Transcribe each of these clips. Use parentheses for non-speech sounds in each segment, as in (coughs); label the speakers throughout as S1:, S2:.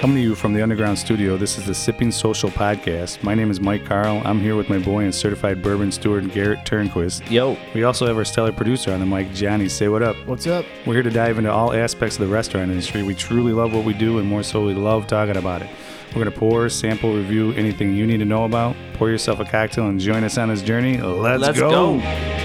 S1: Coming to you from the Underground Studio, this is the Sipping Social Podcast. My name is Mike Carl. I'm here with my boy and certified bourbon steward, Garrett Turnquist.
S2: Yo.
S1: We also have our stellar producer on the mic, Johnny. Say what up.
S3: What's up?
S1: We're here to dive into all aspects of the restaurant industry. We truly love what we do, and more so, we love talking about it. We're going to pour, sample, review anything you need to know about. Pour yourself a cocktail and join us on this journey. Let's,
S2: Let's
S1: go.
S2: go.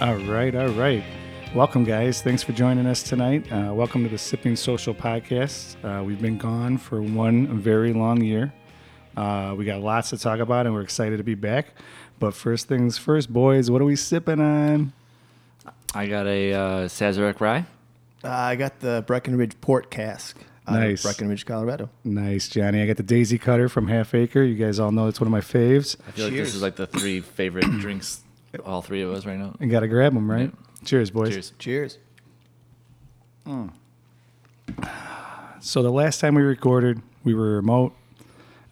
S1: All right, all right. Welcome, guys. Thanks for joining us tonight. Uh, welcome to the Sipping Social Podcast. Uh, we've been gone for one very long year. Uh, we got lots to talk about, and we're excited to be back. But first things first, boys, what are we sipping on?
S2: I got a uh, Sazerac rye.
S3: Uh, I got the Breckenridge Port Cask. Out
S1: Nice.
S3: Of Breckenridge, Colorado.
S1: Nice, Johnny. I got the Daisy Cutter from Half Acre. You guys all know it's one of my faves.
S4: I feel like this
S3: Cheers.
S4: is like the three favorite
S3: (clears throat)
S4: drinks, all three of us right now.
S1: You got to grab them, right? Cheers, boys.
S4: Cheers.
S3: Cheers.
S1: So the last time we recorded, we were remote.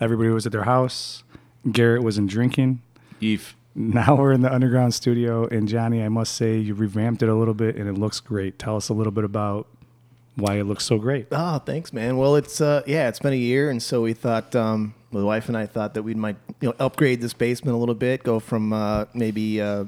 S1: Everybody was at their house. Garrett wasn't drinking.
S4: Eve.
S1: Now we're in the underground studio, and Johnny, I must say, you revamped it a little bit, and it looks great. Tell us a little bit about why it looks so great.
S3: Oh, thanks, man. Well, it's uh, yeah, it's been a year, and so we thought, um, my wife and I thought that we might you know upgrade this basement a little bit, go from uh, maybe uh,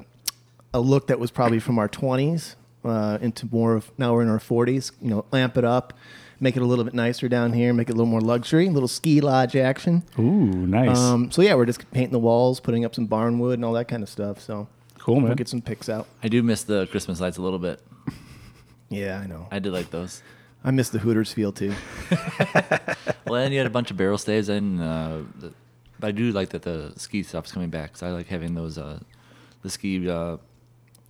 S3: a look that was probably from our twenties uh, into more of now we're in our forties. You know, lamp it up, make it a little bit nicer down here, make it a little more luxury, a little ski lodge action.
S1: Ooh, nice,
S3: Um, so yeah, we're just painting the walls, putting up some barn wood and all that kind of stuff. So
S1: cool man.
S3: we'll get some pics out.
S4: I do miss the Christmas lights a little bit.
S3: Yeah, I know.
S4: I did like those.
S3: I miss the Hooters feel too.
S4: Well, and you had a bunch of barrel staves, and uh, the, but I do like that the ski stuff's coming back because I like having those uh, the ski uh,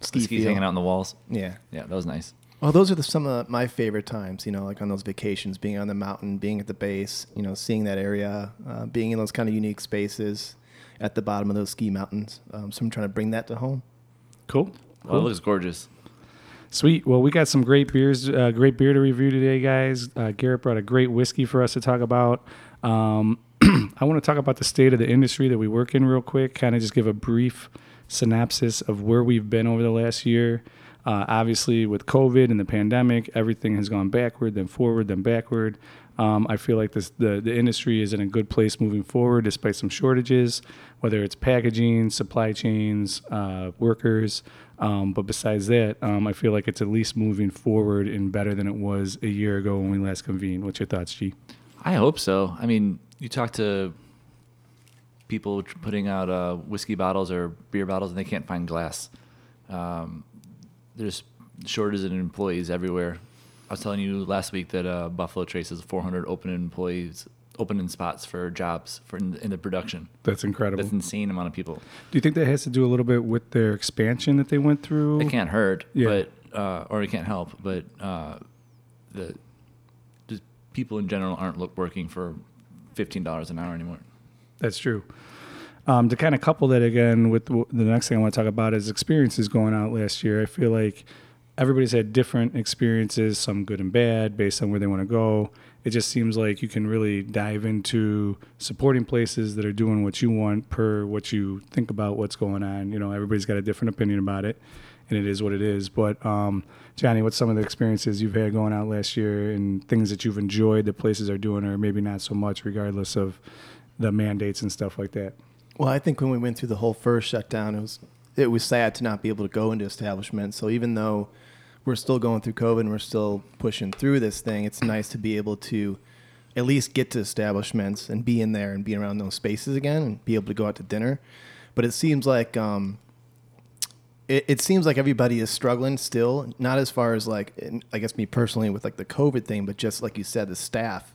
S3: Ski
S4: the skis
S3: feel.
S4: hanging out on the walls.
S3: Yeah.
S4: Yeah, that was nice.
S3: Well, those are the, some of my favorite times. You know, like on those vacations, being on the mountain, being at the base. You know, seeing that area, uh, being in those kind of unique spaces at the bottom of those ski mountains. Um, so I'm trying to bring that to home.
S1: cool,
S4: Well, it looks gorgeous.
S1: sweet. Well, we got some great beers, uh, great beer to review today, guys. Uh, Garrett brought a great whiskey for us to talk about. Um, I want to talk about the state of the industry that we work in real quick. Kind of just give a brief synopsis of where we've been over the last year. Uh, obviously, with COVID and the pandemic, everything has gone backward, then forward, then backward. Um, I feel like this, the, the industry is in a good place moving forward despite some shortages, whether it's packaging, supply chains, uh, workers. Um, but besides that, um, I feel like it's at least moving forward and better than it was a year ago when we last convened. What's your thoughts, G?
S4: I hope so. I mean, you talk to people tr- putting out uh, whiskey bottles or beer bottles, and they can't find glass. Um, there's shortages in employees everywhere. I was telling you last week that uh, Buffalo Trace has 400 open employees, opening spots for jobs for in, in the production.
S1: That's incredible.
S4: That's an insane amount of people.
S1: Do you think that has to do a little bit with their expansion that they went through?
S4: It can't hurt,
S1: Yeah.
S4: but uh, or it can't help, but uh, the just people in general aren't look, working for fifteen dollars an hour anymore.
S1: That's true. Um, to kind of couple that again with w- the next thing I want to talk about is experiences going out last year. I feel like everybody's had different experiences, some good and bad, based on where they want to go. It just seems like you can really dive into supporting places that are doing what you want per what you think about what's going on. You know, everybody's got a different opinion about it, and it is what it is. But um, Johnny, what's some of the experiences you've had going out last year and things that you've enjoyed that places are doing, or maybe not so much, regardless of the mandates and stuff like that.
S3: Well, I think when we went through the whole first shutdown, it was it was sad to not be able to go into establishments. So even though we're still going through COVID and we're still pushing through this thing, it's nice to be able to at least get to establishments and be in there and be around those spaces again and be able to go out to dinner. But it seems like um, it, it seems like everybody is struggling still. Not as far as like in- I guess me personally with like the COVID thing, but just like you said, the staff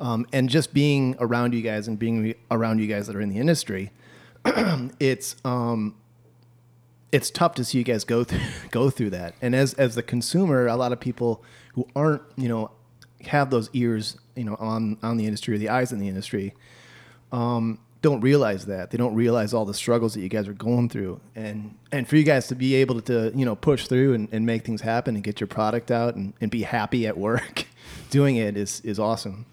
S3: um, and just being around you guys and being re- around you guys that are in the industry, (clears throat) it's um, it's tough to see you guys go through, (laughs) go through that. And as as the consumer, a lot of people who aren't you know have those ears you know on on the industry or the eyes in the industry um, don't realize that they don't realize all the struggles that you guys are going through and and for you guys to be able to you know push through and, and make things happen and get your product out and, and be happy at work (laughs) doing it is is awesome.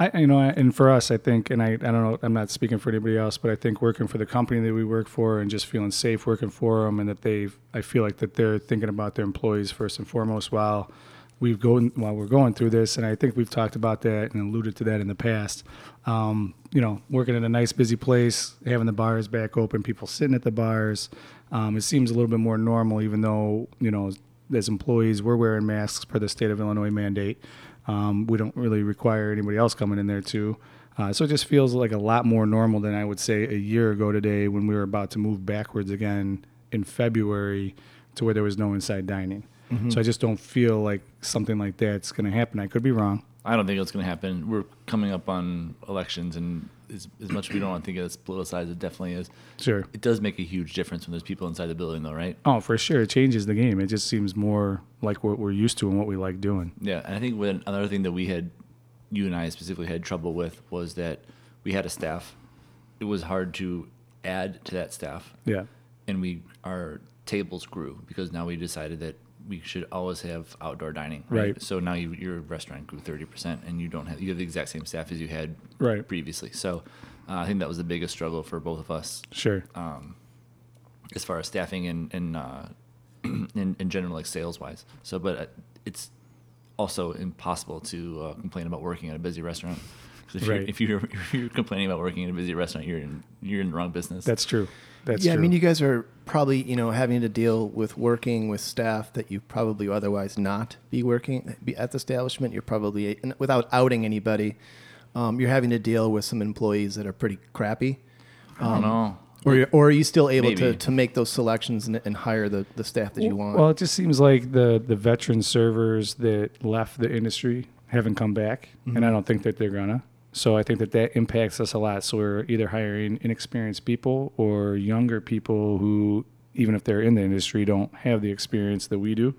S1: I, you know, and for us, I think, and I, I don't know, I'm not speaking for anybody else, but I think working for the company that we work for and just feeling safe working for them, and that they, I feel like that they're thinking about their employees first and foremost while we've going while we're going through this, and I think we've talked about that and alluded to that in the past. Um, you know, working in a nice busy place, having the bars back open, people sitting at the bars, um, it seems a little bit more normal, even though you know, as employees, we're wearing masks per the state of Illinois mandate. Um, we don't really require anybody else coming in there too. Uh, so it just feels like a lot more normal than I would say a year ago today when we were about to move backwards again in February to where there was no inside dining.
S3: Mm-hmm.
S1: So I just don't feel like something like that's going to happen. I could be wrong.
S4: I don't think it's going to happen. We're coming up on elections, and as, as much as we don't want to think it's politicized, it definitely is.
S1: Sure.
S4: It does make a huge difference when there's people inside the building, though, right?
S1: Oh, for sure. It changes the game. It just seems more like what we're used to and what we like doing.
S4: Yeah, and I think when another thing that we had, you and I specifically had trouble with was that we had a staff. It was hard to add to that staff,
S1: Yeah.
S4: and we our tables grew because now we decided that we should always have outdoor dining.
S1: Right.
S4: So now you, your restaurant grew thirty percent, and you don't have you have the exact same staff as you had
S1: Right.
S4: previously. So uh, I think that was the biggest struggle for both of us
S1: Sure.
S4: as far as staffing and and uh, (clears throat) in, in general like sales wise. So, but uh, it's also impossible to uh, complain about working at a busy restaurant. 'Cause If,
S1: Right.
S4: you're, if you're (laughs) if you're complaining about working at a busy restaurant, you're in you're in the wrong business.
S1: that's true. That's
S3: yeah,
S1: true.
S3: I mean, you guys are probably you know having to deal with working with staff that you probably otherwise not be working be at the establishment. You're probably and without outing anybody. Um, you're having to deal with some employees that are pretty crappy.
S4: I don't know.
S3: Or, you- or are you still able to,
S4: Maybe.
S3: to make those selections and, and hire the, the staff that you want?
S1: Well, it just seems like the the veteran servers that left the industry haven't come back, and
S3: Mm-hmm.
S1: I don't think that they're gonna. So I think that that impacts us a lot. So we're either hiring inexperienced people or younger people who, even if they're in the industry, don't have the experience that we do.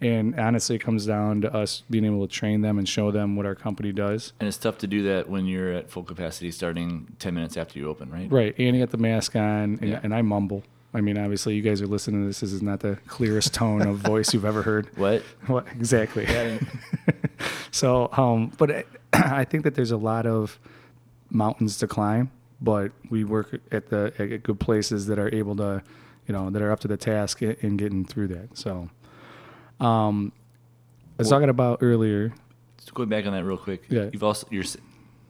S1: And honestly, it comes down to us being able to train them and show them what our company does.
S4: And it's tough to do that when you're at full capacity, starting ten minutes after you open, right?
S1: Right. And you got the mask on, and,
S4: Yeah.
S1: and I mumble. I mean, obviously, you guys are listening to this. This is not the clearest tone
S3: (laughs)
S1: of voice you've ever heard.
S4: What?
S1: What exactly? so, um, but I, (clears throat) I think that there's a lot of mountains to climb, but we work at the at good places that are able to, you know, that are up to the task i- in getting through that. So, um, I was talking about earlier.
S4: (laughs) Just going back on that real quick.
S1: Yeah.
S4: You've also your s-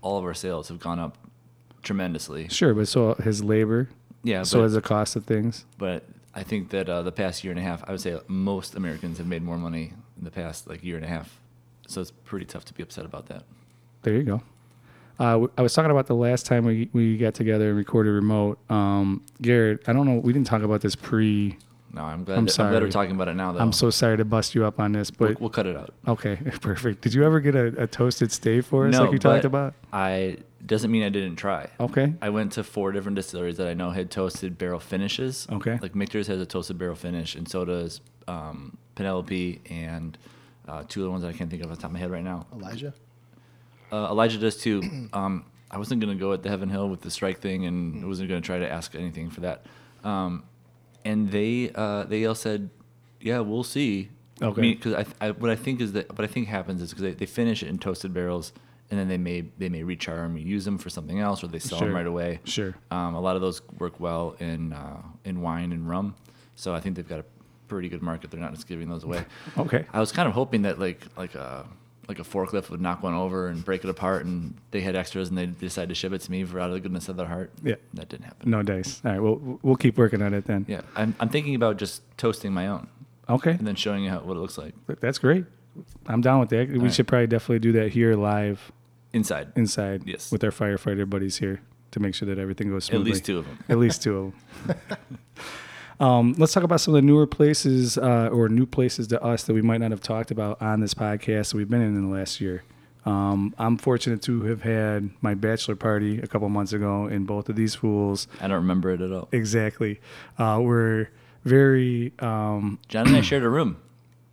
S4: all of our sales have gone up tremendously.
S1: Sure, but so his labor,
S4: Yeah.
S1: so
S4: but-
S1: as the cost of things.
S4: but I think that uh, the past year and a half, I would say most Americans have made more money in the past like year and a half. So it's pretty tough to be upset about that.
S1: There you go. Uh, w- I was talking about the last time we, we got together and recorded remote. Um, Garrett, I don't know. We didn't talk about this pre.
S4: No, I'm glad.
S1: I'm
S4: I'm, glad
S1: sorry.
S4: we're talking about it now, though.
S1: I'm so sorry to bust you up on this, but
S4: we'll, we'll cut it out.
S1: Okay, (laughs) perfect. Did you ever get a, a toasted stay for us,
S4: No,
S1: like you talked
S4: but
S1: about?
S4: I doesn't mean I didn't try.
S1: Okay,
S4: I went to four different distilleries that I know had toasted barrel finishes.
S1: Okay.
S4: Like Michter's has a toasted barrel finish, and so does um, Penelope and uh, two other ones that I can't think of off the top of my head right now.
S3: Elijah?
S4: Uh, Elijah does too. (clears throat) Um, I wasn't gonna go at the Heaven Hill with the strike thing,
S1: Mm.
S4: and I wasn't gonna try to ask anything for that. Um, and they uh, they all said, "Yeah, we'll see."
S1: Okay.
S4: Because I, th- I, what I think is that what I think happens is because they, they finish it in toasted barrels, and then they may they may rechar them, use them for something else, or they sell
S1: Sure.
S4: them right away.
S1: sure.
S4: Um, a lot of those work well in uh, in wine and rum, so I think they've got a pretty good market. They're not just giving those
S1: (laughs)
S4: away.
S1: Okay,
S4: I was kind of hoping that like like a like a forklift would knock one over and break it apart, and they had extras, and they decided to ship it to me for out of the goodness of their heart.
S1: Yeah.
S4: that didn't happen.
S1: no dice. All right, well, we'll keep working on it then.
S4: Yeah, I'm I'm thinking about just toasting my own
S1: Okay,
S4: and then showing you how, what it looks like
S1: that's great. I'm down with that. We
S4: right.
S1: should probably definitely do that here live
S4: inside.
S1: inside
S4: Yes.
S1: with our firefighter buddies here to make sure that everything goes
S4: At
S1: smoothly.
S4: least two of them.
S1: At least two of them. (laughs) um, let's talk about some of the newer places uh, or new places to us that we might not have talked about on this podcast that we've been in in the last year. Um, I'm fortunate to have had my bachelor party a couple months ago in both of these fools.
S4: I don't remember it at all.
S1: Exactly. Uh, were very. Um,
S4: John and I shared a room.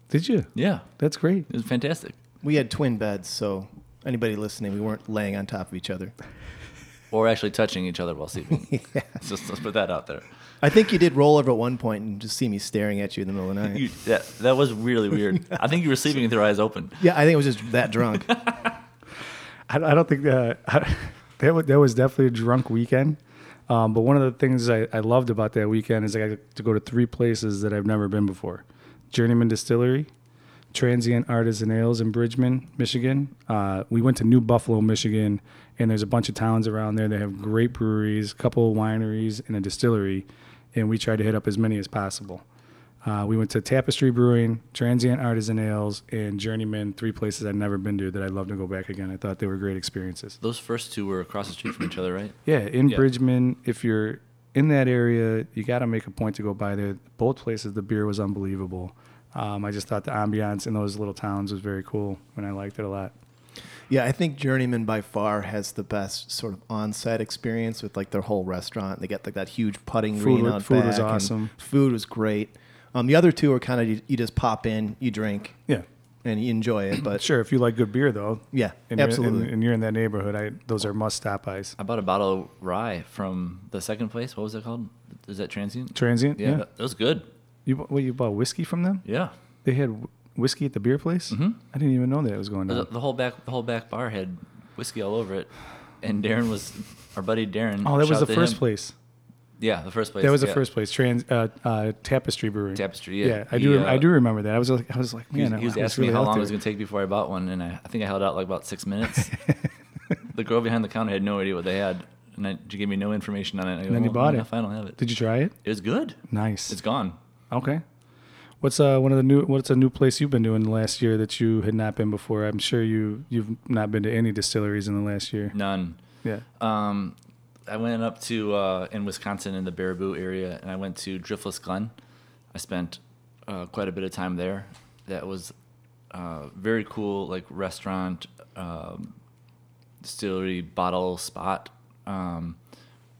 S1: did you?
S4: Yeah,
S1: That's great.
S4: it was fantastic.
S3: We had twin beds, so anybody listening, we weren't laying on top of each other.
S4: Or actually touching each other while sleeping. Just let's put that out there.
S3: I think you did roll over at one point and just see me staring at you in the middle of the night.
S4: You, that, that was really weird. I think you were sleeping with your eyes open.
S3: yeah, I think it was just that drunk.
S1: I, I don't think that I, (laughs) that, was, that was definitely a drunk weekend. Um, but one of the things I, I loved about that weekend is I got to go to three places that I've never been before: Journeyman Distillery, Transient Artisan Ales in Bridgman, Michigan. Uh, we went to New Buffalo, Michigan, and there's a bunch of towns around there that have great breweries, a couple of wineries, and a distillery. And we tried to hit up as many as possible. Uh, we went to Tapestry Brewing, Transient Artisan Ales, and Journeyman, three places I'd never been to that I'd love to go back again. I thought they were great experiences.
S4: Those first two were across the street from each other, right?
S1: Yeah, in
S4: Yeah.
S1: Bridgman, if you're in that area, you got to make a point to go by there. Both places, the beer was unbelievable. Um, I just thought the ambiance in those little towns was very cool, and I liked it a lot.
S3: Yeah, I think Journeyman by far has the best sort of on-set experience with like their whole restaurant. They got like that huge putting
S1: Food
S3: green
S1: wa-
S3: out
S1: food
S3: back.
S1: was
S3: and
S1: awesome.
S3: Food was great. Um, the other two are kind of you, you just pop in, you drink,
S1: Yeah,
S3: and you enjoy it. But
S1: sure. If you like good beer, though,
S3: yeah,
S1: and
S3: absolutely.
S1: You're, and, and you're in that neighborhood, I, those are must stop eyes.
S4: I bought a bottle of rye from the second place. What was it called? Is that transient?
S1: Transient,
S4: yeah,
S1: yeah.
S4: That, that was good.
S1: You bought- what you bought whiskey from them?
S4: Yeah.
S1: They had wh- whiskey at the beer place. Mm-hmm. I didn't even know that was going on.
S4: The, the whole back the whole back bar had whiskey all over it, and Darren was our buddy Darren.
S1: Oh, that was
S4: shout
S1: the
S4: to
S1: first
S4: him.
S1: place.
S4: Yeah, the first place.
S1: That was the
S4: yeah.
S1: first place. Trans uh, uh, Tapestry Brewery.
S4: Tapestry, yeah.
S1: I
S4: He,
S1: do.
S4: uh,
S1: I do remember that. I was. like- I was like,
S4: He was,
S1: man,
S4: he was
S1: I
S4: asking me
S1: really
S4: how
S1: out
S4: long it was
S1: there.
S4: going to take before I bought one, and I, I think I held out like about
S1: (laughs)
S4: six minutes. the girl behind the counter had no idea what they had, and I, she gave me no information on it. I go,
S1: And then you
S4: "Well,
S1: bought it.
S4: enough, I don't have it.
S1: Did you try it?
S4: It was good.
S1: Nice.
S4: It's gone.
S1: okay. What's uh one of the new What's a new place you've been doing the last year that you had not been before? I'm sure you you've not been to any distilleries in the last year.
S4: None.
S1: Yeah.
S4: Um, I went up to uh, in Wisconsin in the Baraboo area, and I went to Driftless Glen. I spent uh, quite a bit of time there. That was uh, very cool, like restaurant, um, distillery, bottle spot, um,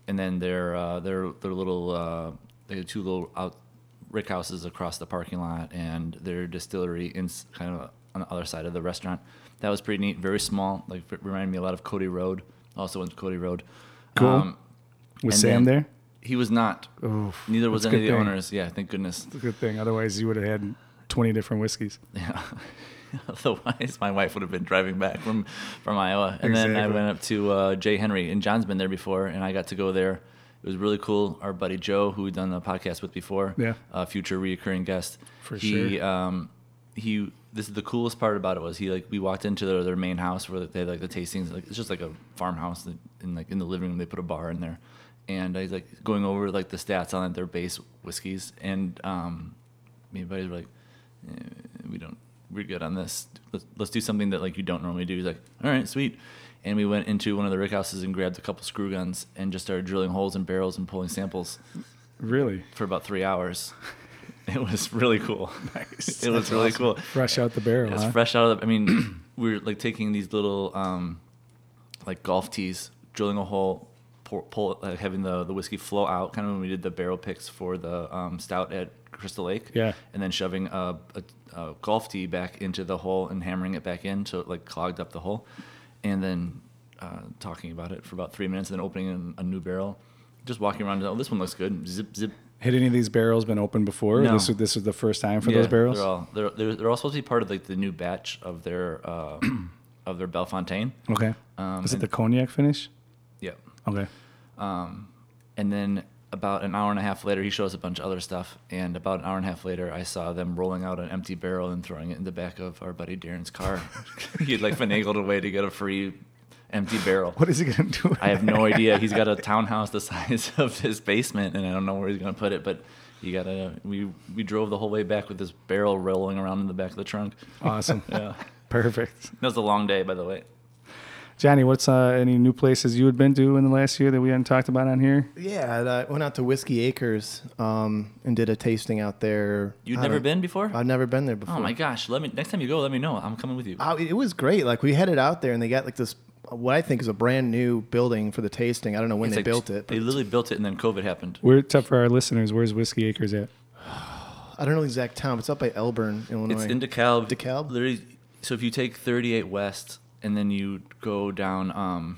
S4: and then their uh, their their little uh, they had two little out rick houses across the parking lot, and their distillery in s- kind of on the other side of the restaurant. That was pretty neat. Very small, like it reminded me a lot of Cody Road. Also went to Cody Road. Um,
S1: Cool.
S4: and
S1: Was Sam
S4: then-
S1: there?
S4: He was not.
S1: Oh,
S4: Neither was
S1: that's a
S4: any of the
S1: good thing.
S4: owners. Yeah, thank goodness. (laughs)
S1: It's a good thing. Otherwise, you would have had 20 different whiskeys.
S4: Yeah. Otherwise, my wife would have been driving back from, from Iowa. And then I
S1: Exactly.
S4: went up to uh, Jay Henry, and John's been there before, and I got to go there. It was really cool. Our buddy Joe, who we've done the podcast with before,
S1: Yeah.
S4: a future reoccurring guest.
S1: For
S4: he,
S1: sure.
S4: Um, he. This is the coolest part about it was he like we walked into their, their main house where they had like the tastings. Like it's just like a farmhouse, that- and like in the living room they put a bar in there. And I was like going over like the stats on their base whiskeys, and um, me and buddies were like, eh, we don't, we're good on this. Let's, let's do something that like you don't normally do. He's like, all right, sweet. And we went into one of the rick houses and grabbed a couple screw guns and just started drilling holes in barrels and pulling samples
S1: Really?
S4: for about three hours. It was really cool. Nice. It was really cool.
S1: Fresh out the barrel.
S4: It was
S1: huh?
S4: fresh out of the. I mean, we were like taking these little, um, like golf tees, drilling a hole, pour, pull, uh, having the the whiskey flow out. Kind of when we did the barrel picks for the um, stout at Crystal Lake.
S1: Yeah.
S4: And then shoving a, a, a golf tee back into the hole and hammering it back in, so it like clogged up the hole, and then uh, talking about it for about three minutes, and then opening an, a new barrel, just walking around. Oh, this one looks good. Zip zip.
S1: Had any of these barrels been open before?
S4: No.
S1: This was this was the first time for
S4: Yeah,
S1: those barrels.
S4: They're all they're, they're, they're all supposed to be part of like the new batch of their uh, (clears throat) of their Bellefontaine.
S1: okay.
S4: Um,
S1: was it
S4: and-
S1: the cognac finish?
S4: Yeah. (laughs)
S1: Okay.
S4: And then about an hour and a half later, he shows a bunch of other stuff. And about an hour and a half later, I saw them rolling out an empty barrel and throwing it in the back of our buddy Darren's (laughs) car. He'd like finagled a way to get a free empty barrel.
S1: What is he gonna do?
S4: (laughs) I have no idea. He's got a townhouse the (laughs) size of his basement, and I don't know where he's gonna put it. But you gotta. We we drove the whole way back with this barrel rolling around in the back of the trunk.
S1: (laughs) Awesome.
S4: (laughs) Yeah,
S1: Perfect.
S4: that was a long day, by the way.
S1: Johnny, what's uh, any new places you had been to in the last year that we hadn't talked about on here?
S3: yeah, and I went out to Whiskey Acres um, and did a tasting out there.
S4: You'd
S3: I
S4: never
S3: don't-
S4: been before?
S3: I've never been there before.
S4: Oh my gosh! Let me next time you go, let me know. I'm coming with you.
S3: Oh, it it was great. Like we headed out there and they got like this, what I think is a brand new building for the tasting. I don't know when
S4: It's
S3: they
S4: like-
S3: built it, but
S4: They literally built it, and then COVID happened.
S1: We're tough for our listeners. Where's Whiskey Acres at?
S3: I don't know the exact town. But it's up by Elburn, Illinois.
S4: It's in DeKalb.
S3: DeKalb?
S4: Literally, so if you take 38 West and then you go down, um,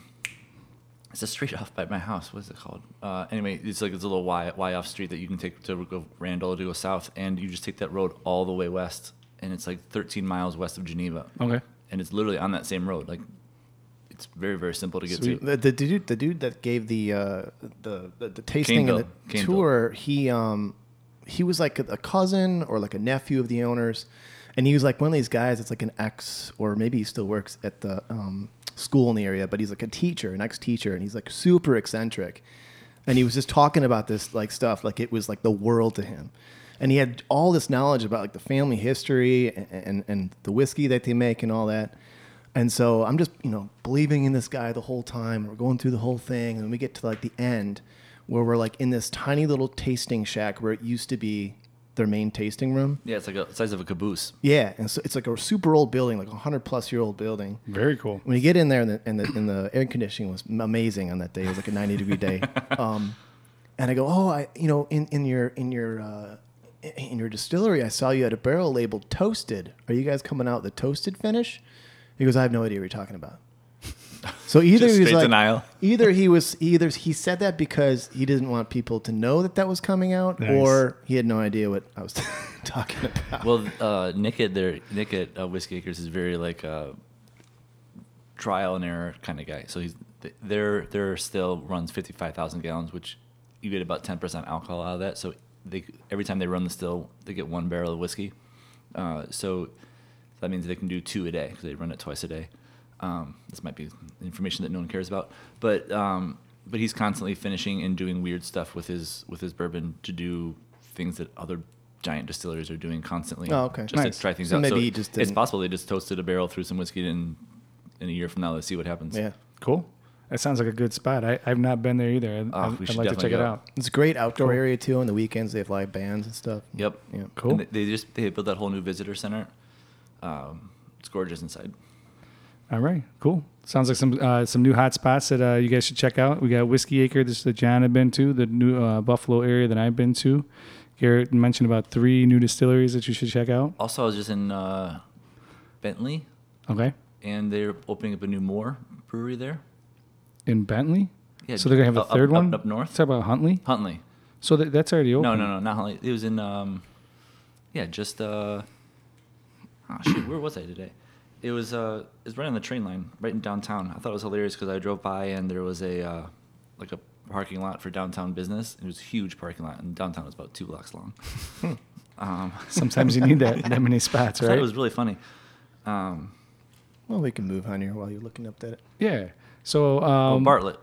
S4: it's a street (laughs) off by my house. What is it called? Uh, anyway, it's like it's a little Y, y off street that you can take to go Randall to go south, and you just take that road all the way west, and it's like 13 miles west of Geneva,
S3: Oh.
S1: Okay.
S4: and it's literally on that same road. Like, it's very very simple to get
S1: Sweet.
S4: to.
S3: The, the dude, the dude that gave the uh, the, the the tasting
S4: Caneville.
S3: and the
S4: Caneville.
S3: tour, he um he was like a, a cousin or like a nephew of the owners, and he was like one of these guys that's like an ex or maybe he still works at the um, school in the area, but he's like a teacher, an ex teacher, and he's like super eccentric, and he was just talking about this like stuff like it was like the world to him. And he had all this knowledge about like the family history and, and, and the whiskey that they make and all that. And so I'm just, you know, believing in this guy the whole time. We're going through the whole thing. And we get to like the end where we're like in this tiny little tasting shack where it used to be their main tasting room.
S4: Yeah, it's like a size of a caboose.
S3: Yeah. And so it's like a super old building, like a 100 plus year old building.
S1: Very cool.
S3: When you get in there, and the, and the, and the air conditioning was amazing on that day. It was like a 90
S4: (laughs)
S3: degree day. Um, and I go, oh, I, you know, in, in your in your uh, in- in your distillery, I saw you had a barrel labeled toasted. Are you guys coming out with the toasted finish? He goes, I have no idea what you're talking about.
S4: (laughs)
S3: So either
S4: Just
S3: he was
S4: straight
S3: like,
S4: denial.
S3: either he was either he said that because he didn't want people to know that that was coming out,
S1: Nice.
S3: or he had no idea what I was (laughs) talking
S4: (laughs)
S3: about.
S4: Well, uh, Nick at their Nick at uh, Whiskey Acres is very like uh, a trial and error kind of guy. So he's th- their their still runs fifty five thousand gallons, which you get about ten percent alcohol out of that. So they every time they run the still, they get one barrel of whiskey. Uh, so that means they can do two a day because they run it twice a day. Um, this might be information that no one cares about, but um, but he's constantly finishing and doing weird stuff with his with his bourbon to do things that other giant distilleries are doing constantly.
S3: Oh, okay.
S4: just
S1: Nice.
S4: to try things
S3: So
S4: out.
S3: maybe
S4: so
S3: he just
S4: it's
S3: didn't-
S4: possible they just toasted a barrel through some whiskey and in a year from now let's see what happens.
S3: Yeah,
S1: Cool. That sounds like a good spot. I, I've not been there either. I'd,
S4: Ah,
S1: I'd-
S4: we
S1: I'd
S4: should
S1: like to
S4: definitely
S1: check it
S4: go.
S1: out.
S3: it's a great outdoor area too. On the weekends, they have live bands and stuff.
S4: Yep.
S3: Yeah.
S1: Cool.
S4: And they- they just they built that whole new visitor center. Um, it's gorgeous inside.
S1: All right, cool. Sounds like some uh, some new hot spots that uh, you guys should check out. We got Whiskey Acre, this that John had been to, the new uh, Buffalo area that I've been to. Garrett mentioned about three new distilleries that you should check out.
S4: Also, I was just in uh, Bentley,
S1: Okay,
S4: and they're opening up a new Moore brewery there.
S1: in Bentley.
S4: Yeah,
S1: so they're gonna have a
S4: up-
S1: third
S4: up-
S1: one
S4: up north?
S1: Let's talk about Huntley.
S4: Huntley.
S1: So that, that's already open.
S4: No, no, no, not Huntley. It was in, um, yeah, just, uh, oh, shoot, where was I today? It was, uh, it's right on the train line, right in downtown. I thought it was hilarious because I drove by and there was a, uh, like a parking lot for downtown business. It was a huge parking lot, and downtown was about two
S1: (laughs)
S4: blocks long. um,
S1: Sometimes you need that that many spots,
S4: (laughs) I thought
S1: right?
S4: it was really funny. Um,
S3: Well, we can move on here while you're looking up that.
S1: yeah. So
S4: oh,
S1: um,
S4: Bartlett,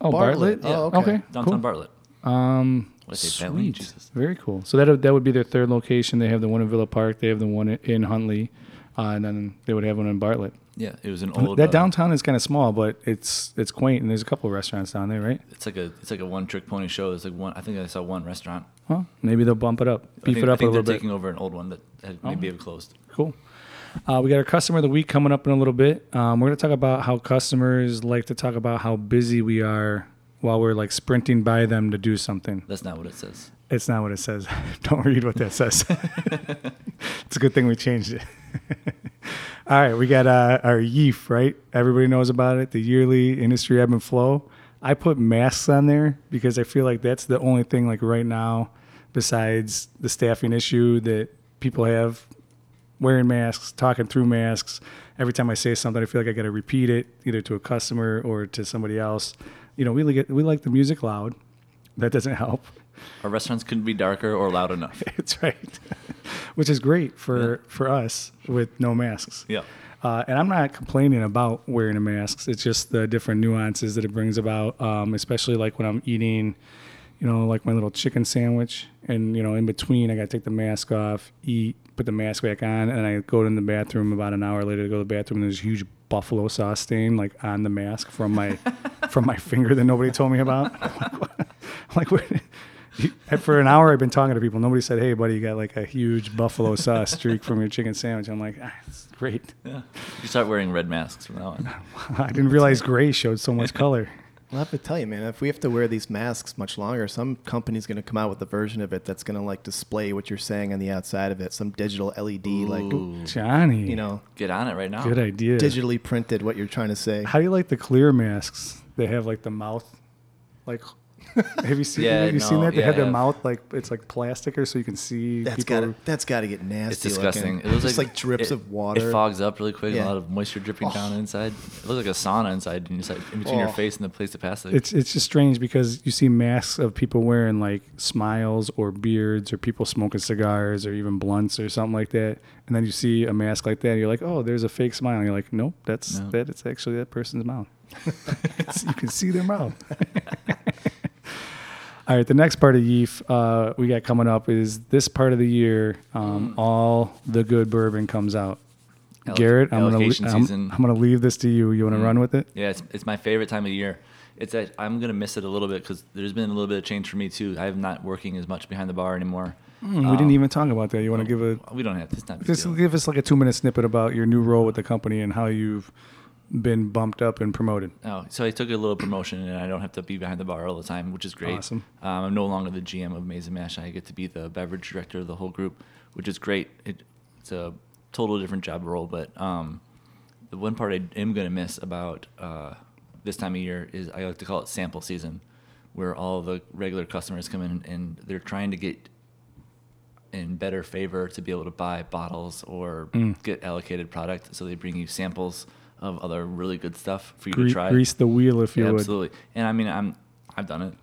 S1: Oh, Bartlett.
S3: Bartlett.
S4: Oh,
S1: okay.
S3: okay.
S4: downtown
S1: cool.
S4: Bartlett.
S1: Um,
S4: What did I say, Bentley?
S1: sweet.
S4: Jesus.
S1: Very cool. So that that would be their third location. They have the one in Villa Park. They have the one in Huntley, uh, and then they would have one in Bartlett.
S4: Yeah, it was an old.
S1: that
S4: uh,
S1: downtown is kind of small, but it's it's quaint, and there's a couple of restaurants down there, right?
S4: It's like a, it's like a one-trick pony show. There's like one. I think I saw one restaurant.
S1: Well, maybe they'll bump it up, beef
S4: I think,
S1: it
S4: I
S1: up a
S4: think
S1: little
S4: they're
S1: bit. Oh.
S4: taking over an old one that had maybe have closed.
S1: Cool. Uh, we got our customer of the week coming up in a little bit. Um, we're going to talk about how customers like to talk about how busy we are while we're like sprinting by them to do something.
S4: That's not what it says.
S1: It's not what it says. (laughs) Don't read what that says. it's a good thing we changed it. (laughs) All right, we got uh, our YEEF, right? Everybody knows about it, the yearly industry ebb and flow. I put masks on there because I feel like that's the only thing, like right now, besides the staffing issue that people have wearing masks, talking through masks. Every time I say something, I feel like I got to repeat it either to a customer or to somebody else. You know, we like, we like the music loud. That doesn't help.
S4: Our restaurants couldn't be darker or loud
S1: (laughs)
S4: enough.
S1: That's right. Which is great for for us with no masks.
S4: Yeah.
S1: Uh, and I'm not complaining about wearing a mask. It's just the different nuances that it brings about, um, especially like when I'm eating, you know, like my little chicken sandwich. And, you know, in between, I got to take the mask off, eat, put the mask back on. And I go in the bathroom about an hour later to go to the bathroom. And there's a huge buffalo sauce stain like on the mask from my from my finger that nobody told me about. (laughs) I'm like, what? (laughs) And for an hour, I've been talking to people. Nobody said, "Hey, buddy, you got like a huge buffalo sauce streak from your chicken sandwich." I'm like, ah, "It's great."
S4: Yeah. You start wearing red masks from now on.
S1: (laughs)
S4: (laughs)
S1: I didn't realize gray showed so much color.
S3: Well, I have to tell you, man, if we have to wear these masks much longer, some company's going to come out with a version of it that's going to like display what you're saying on the outside of it, some digital LED, like
S4: Ooh,
S1: Johnny.
S3: you know,
S4: get on it right now.
S1: good idea.
S3: digitally printed what you're trying to say.
S1: How do you like the clear masks? They have like the mouth, like. (laughs) Have you seen?
S4: Yeah,
S1: have you seen
S4: no,
S1: that? They
S4: yeah,
S1: have their
S4: yeah.
S1: mouth like it's like plastic, or so you can see.
S3: That's
S1: people-
S3: got to that's got to get nasty.
S4: It's disgusting.
S3: Looking. It looks just like, drips
S4: it-
S3: of water.
S4: It fogs up really quick.
S3: Yeah.
S4: A lot of moisture dripping down inside. It looks like a sauna inside, and it's like in between your
S3: Oh.
S4: face and the place to pass it.
S1: It's it's just strange because you see masks of people wearing like smiles or beards or people smoking cigars or even blunts or something like that, and then you see a mask like that, and you're like, oh, there's a fake smile. And you're like, nope, that's
S4: No.
S1: that. It's actually that person's mouth. (laughs) It's- you can see their (laughs) mouth. All right, the next part of Yeef uh, we got coming up is this part of the year. Um, All the good bourbon comes out.
S4: Alloc-
S1: Garrett, I'm gonna
S4: allocation
S1: le- I'm,
S4: season.
S1: I'm gonna leave this to you. You want to run with it?
S4: Yeah, it's, it's my favorite time of year. It's that I'm gonna miss it a little bit because there's been a little bit of change for me too. I'm not working as much behind the bar anymore. Um,
S1: Mm, we didn't even talk about that. You want to give a
S4: We don't have it's not a big
S1: Just
S4: deal.
S1: give us like a two minute snippet about your new role with the company and how you've been bumped up and promoted.
S4: Oh, so I took a little promotion and I don't have to be behind the bar all the time, which is great.
S1: Awesome.
S4: Um, I'm no longer the GM of Maize and Mash. I get to be the beverage director of the whole group, which is great. It, it's a total different job role, but um, the one part I am going to miss about uh, this time of year is I like to call it sample season, where all the regular customers come in and they're trying to get in better favor to be able to buy bottles or
S1: Mm.
S4: get allocated product. So they bring you samples of other really good stuff for you
S1: Gre-
S4: to try.
S1: grease the wheel, if you
S4: Yeah,
S1: would.
S4: absolutely. And I mean, I'm I've done it,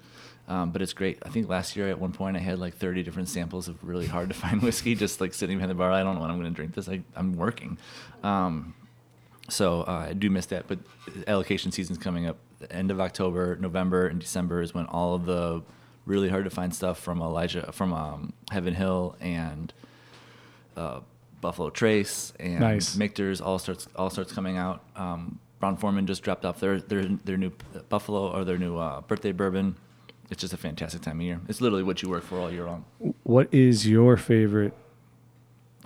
S4: um, but it's great. I think last year at one point I had like 30 different samples of really hard to find (laughs) whiskey, just like sitting behind the bar. I don't know when I'm going to drink this. I, I'm working, um, so uh, I do miss that. But allocation season's coming up. The end of October, November, and December is when all of the really hard to find stuff from Elijah, from um, Heaven Hill, and uh, Buffalo Trace and
S1: Nice.
S4: Mictors all starts all starts coming out. Um, Brown Foreman just dropped off their their their new Buffalo or their new uh, birthday bourbon. It's just a fantastic time of year. It's literally what you work for all year long.
S1: What is your favorite?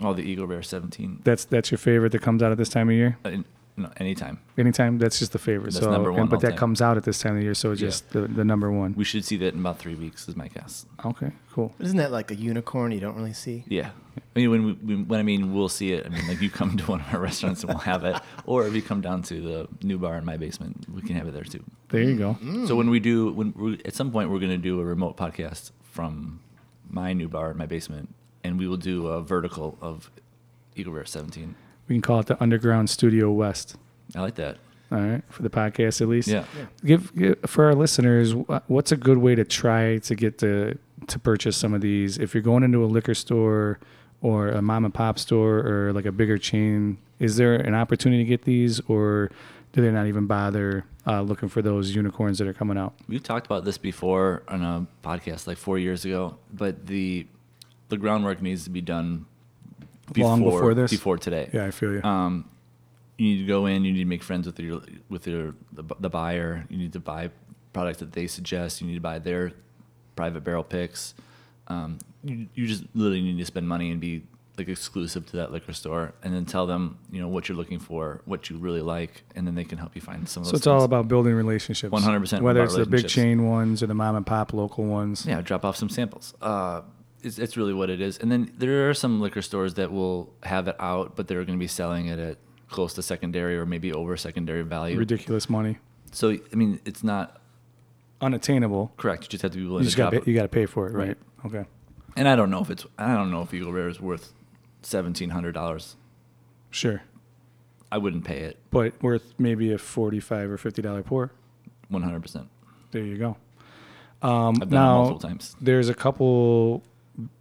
S4: All the Eagle Rare 17
S1: That's that's your favorite that comes out at this time of year.
S4: uh, in, no, anytime.
S1: Anytime that's just the favorite.
S4: That's
S1: so,
S4: number
S1: and-
S4: one
S1: but
S4: all
S1: that
S4: time.
S1: comes out at this time of year, so it's
S4: Yeah.
S1: just the, the number one.
S4: We should see that in about three weeks, is my guess.
S1: Okay, cool.
S3: Isn't that like a unicorn you don't really see?
S4: Yeah. I mean, when, we, when when I mean we'll see it, I mean like you come to one of our (laughs) restaurants and we'll have it, or if you come down to the new bar in my basement, we can have it there too.
S1: There you go.
S4: So when we do, when we, at some point we're going to do a remote podcast from my new bar in my basement, and we will do a vertical of Eagle Rare 17.
S1: We can call it the Underground Studio West.
S4: I like that.
S1: All right, for the podcast at least.
S4: Yeah.
S1: Give, give for our listeners, wh- what's a good way to try to get to to purchase some of these? If you're going into a liquor store or a mom and pop store or like a bigger chain, is there an opportunity to get these, or do they not even bother uh, looking for those unicorns that are coming out?
S4: We've talked about this before on a podcast like four years ago, but the the groundwork needs to be done before,
S1: Long before this?
S4: before today.
S1: I feel you.
S4: um, you need to go in. You need to make friends with your with your the, bu- the buyer. You need to buy products that they suggest. You need to buy their private barrel picks. Um, you, you just literally need to spend money and be like exclusive to that liquor store, and then tell them you know what you're looking for, what you really like, and then they can help you find some. Of
S1: so
S4: those
S1: it's all
S4: things.
S1: about building relationships.
S4: 100%
S1: Whether
S4: about
S1: it's the big
S4: relationships.
S1: chain ones or the mom and pop local ones.
S4: Yeah, drop off some samples. Uh, it's, it's really what it is. And then there are some liquor stores that will have it out, but they're going to be selling it at close to secondary or maybe over secondary value.
S1: Ridiculous money,
S4: So I mean, it's not
S1: unattainable.
S4: correct. You just have to be willing
S1: You
S4: to
S1: just got
S4: drop
S1: to
S4: it.
S1: you got to pay for it, right? Okay.
S4: And I don't know if it's I don't know if Eagle Rare is worth seventeen hundred dollars.
S1: Sure.
S4: I wouldn't pay it
S1: But worth maybe a forty-five or fifty-dollar pour.
S4: one hundred percent.
S1: There you go. Um,
S4: I've done it
S1: now,
S4: multiple times.
S1: there's a couple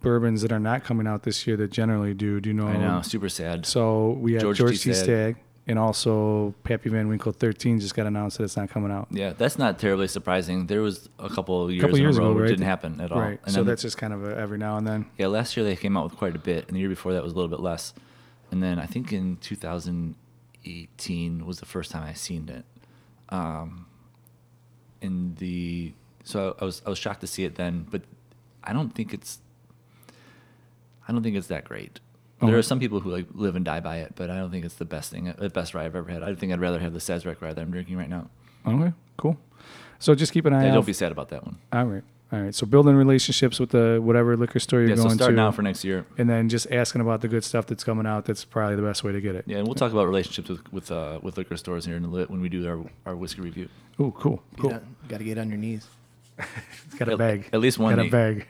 S1: bourbons that are not coming out this year that generally do. Do you know?
S4: I know, super sad.
S1: So we have George,
S4: George T.
S1: T.
S4: Stagg.
S1: Stagg and also Pappy Van Winkle 13 just got announced that it's not coming out.
S4: Yeah, that's not terribly surprising. There was a couple of years,
S1: Couple
S4: in
S1: years
S4: a row
S1: ago,
S4: where
S1: right?
S4: it didn't happen at all.
S1: Right.
S4: And
S1: so
S4: then-
S1: that's just kind of a, every now and then.
S4: yeah. Last year they came out with quite a bit, and the year before that was a little bit less. And then I think in 2018 was the first time I seen it. Um, in the so I was I was shocked to see it then, but I don't think it's I don't think it's that great. There
S1: Okay.
S4: are some people who like live and die by it, but I don't think it's the best thing, the best rye I've ever had. I think I'd rather have the Sazerac rye that I'm drinking right now.
S1: Okay. Cool. So just keep an eye
S4: Yeah,
S1: out.
S4: don't be sad about that one.
S1: All right. All right. So building relationships with the whatever liquor store you're
S4: Yeah, so
S1: going
S4: start
S1: to,
S4: now for next year.
S1: and then just asking about the good stuff that's coming out. That's probably the best way to get it.
S4: Yeah, and we'll talk about relationships with with, uh, with liquor stores here in a lit when we do our, our whiskey review.
S1: Oh, cool, cool.
S3: Got to get on your knees.
S1: Got a
S4: At-
S1: bag.
S4: at least one
S1: Got a
S4: knee.
S1: bag.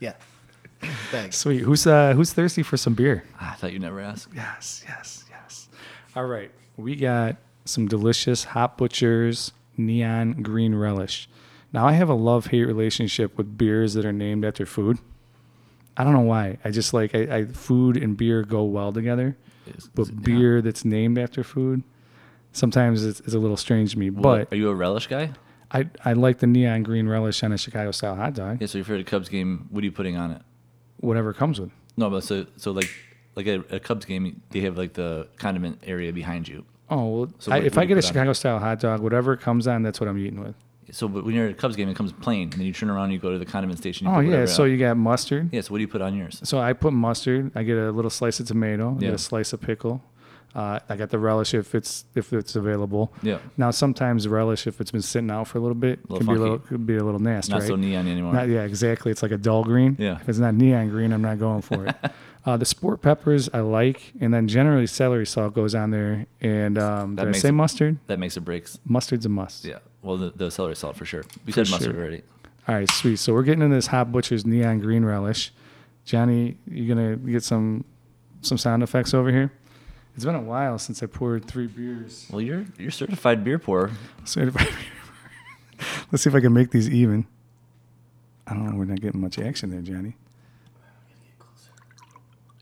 S3: Yeah. Thanks.
S1: Sweet. Who's uh, who's thirsty for some beer?
S4: Ah, I thought you'd never ask.
S1: Yes, yes, yes. All right. We got some delicious Hot Butcher's Neon Green Relish. Now, I have a love hate relationship with beers that are named after food. I don't know why. I just like I, I food and beer go well together,
S4: Is-
S1: but
S4: is it- yeah.
S1: beer that's named after food sometimes it's, it's a little strange to me.
S4: Well,
S1: But
S4: are you a relish guy?
S1: I I like the neon green relish on a Chicago style hot dog,
S4: Yeah. So if you're at a Cubs game, what are you putting on it?
S1: whatever comes with. it.
S4: No, but so so like like at a Cubs game, they have like the condiment area behind you.
S1: Oh well,
S4: So
S1: I,
S4: what-
S1: if
S4: what
S1: I
S4: do you
S1: get a
S4: put on it?
S1: Chicago style hot dog, whatever comes on, that's what I'm eating with.
S4: So but when you're at a Cubs game, it comes plain, and then you turn around, and you go to the condiment station. You
S1: Oh
S4: put
S1: yeah,
S4: whatever
S1: so
S4: on.
S1: you got mustard.
S4: yeah. So what do you put on yours?
S1: So I put mustard. I get a little slice of tomato. I get
S4: Yeah.
S1: a slice of pickle. Uh, I got the relish if it's if it's available.
S4: Yeah.
S1: Now sometimes relish if it's been sitting out for a little bit can
S4: Little
S1: be a
S4: funky.
S1: little could be a little nasty.
S4: Not
S1: right?
S4: so neon anymore.
S1: Not- yeah, exactly. It's like a dull green.
S4: Yeah.
S1: If it's not neon green, I'm not going for
S4: (laughs)
S1: it. uh, the sport peppers I like, and then generally celery salt goes on there. And um,
S4: That
S1: did I
S4: makes
S1: say
S4: it-
S1: mustard?
S4: that makes it breaks.
S1: Mustard's a must.
S4: Yeah. Well, the, the celery salt for sure. We
S1: For
S4: said mustard
S1: sure.
S4: already.
S1: All right, sweet. So we're getting into this hot butcher's neon green relish. Johnny, you gonna get some some sound effects over here? It's been a while since I poured three beers.
S4: Well, you're you're certified beer pourer.
S1: So everybody- (laughs) Let's see if I can make these even. I don't know. We're not getting much action there, Johnny.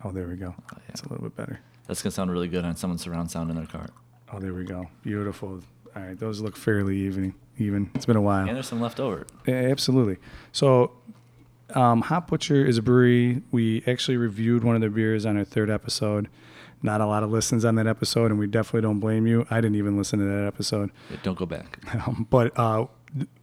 S1: Oh, there we go.
S4: yeah.
S1: That's a little bit better.
S4: That's gonna sound really good on someone's surround sound in their car.
S1: Oh, there we go. Beautiful. All right, those look fairly even. Even. It's been a while.
S4: And there's some left over.
S1: Yeah, absolutely. So, um, Hot Butcher is a brewery. We actually reviewed one of their beers on our third episode. Not a lot of listens on that episode, and we definitely don't blame you. I didn't even listen to that episode.
S4: Yeah, Don't go back.
S1: (laughs) Um, but uh,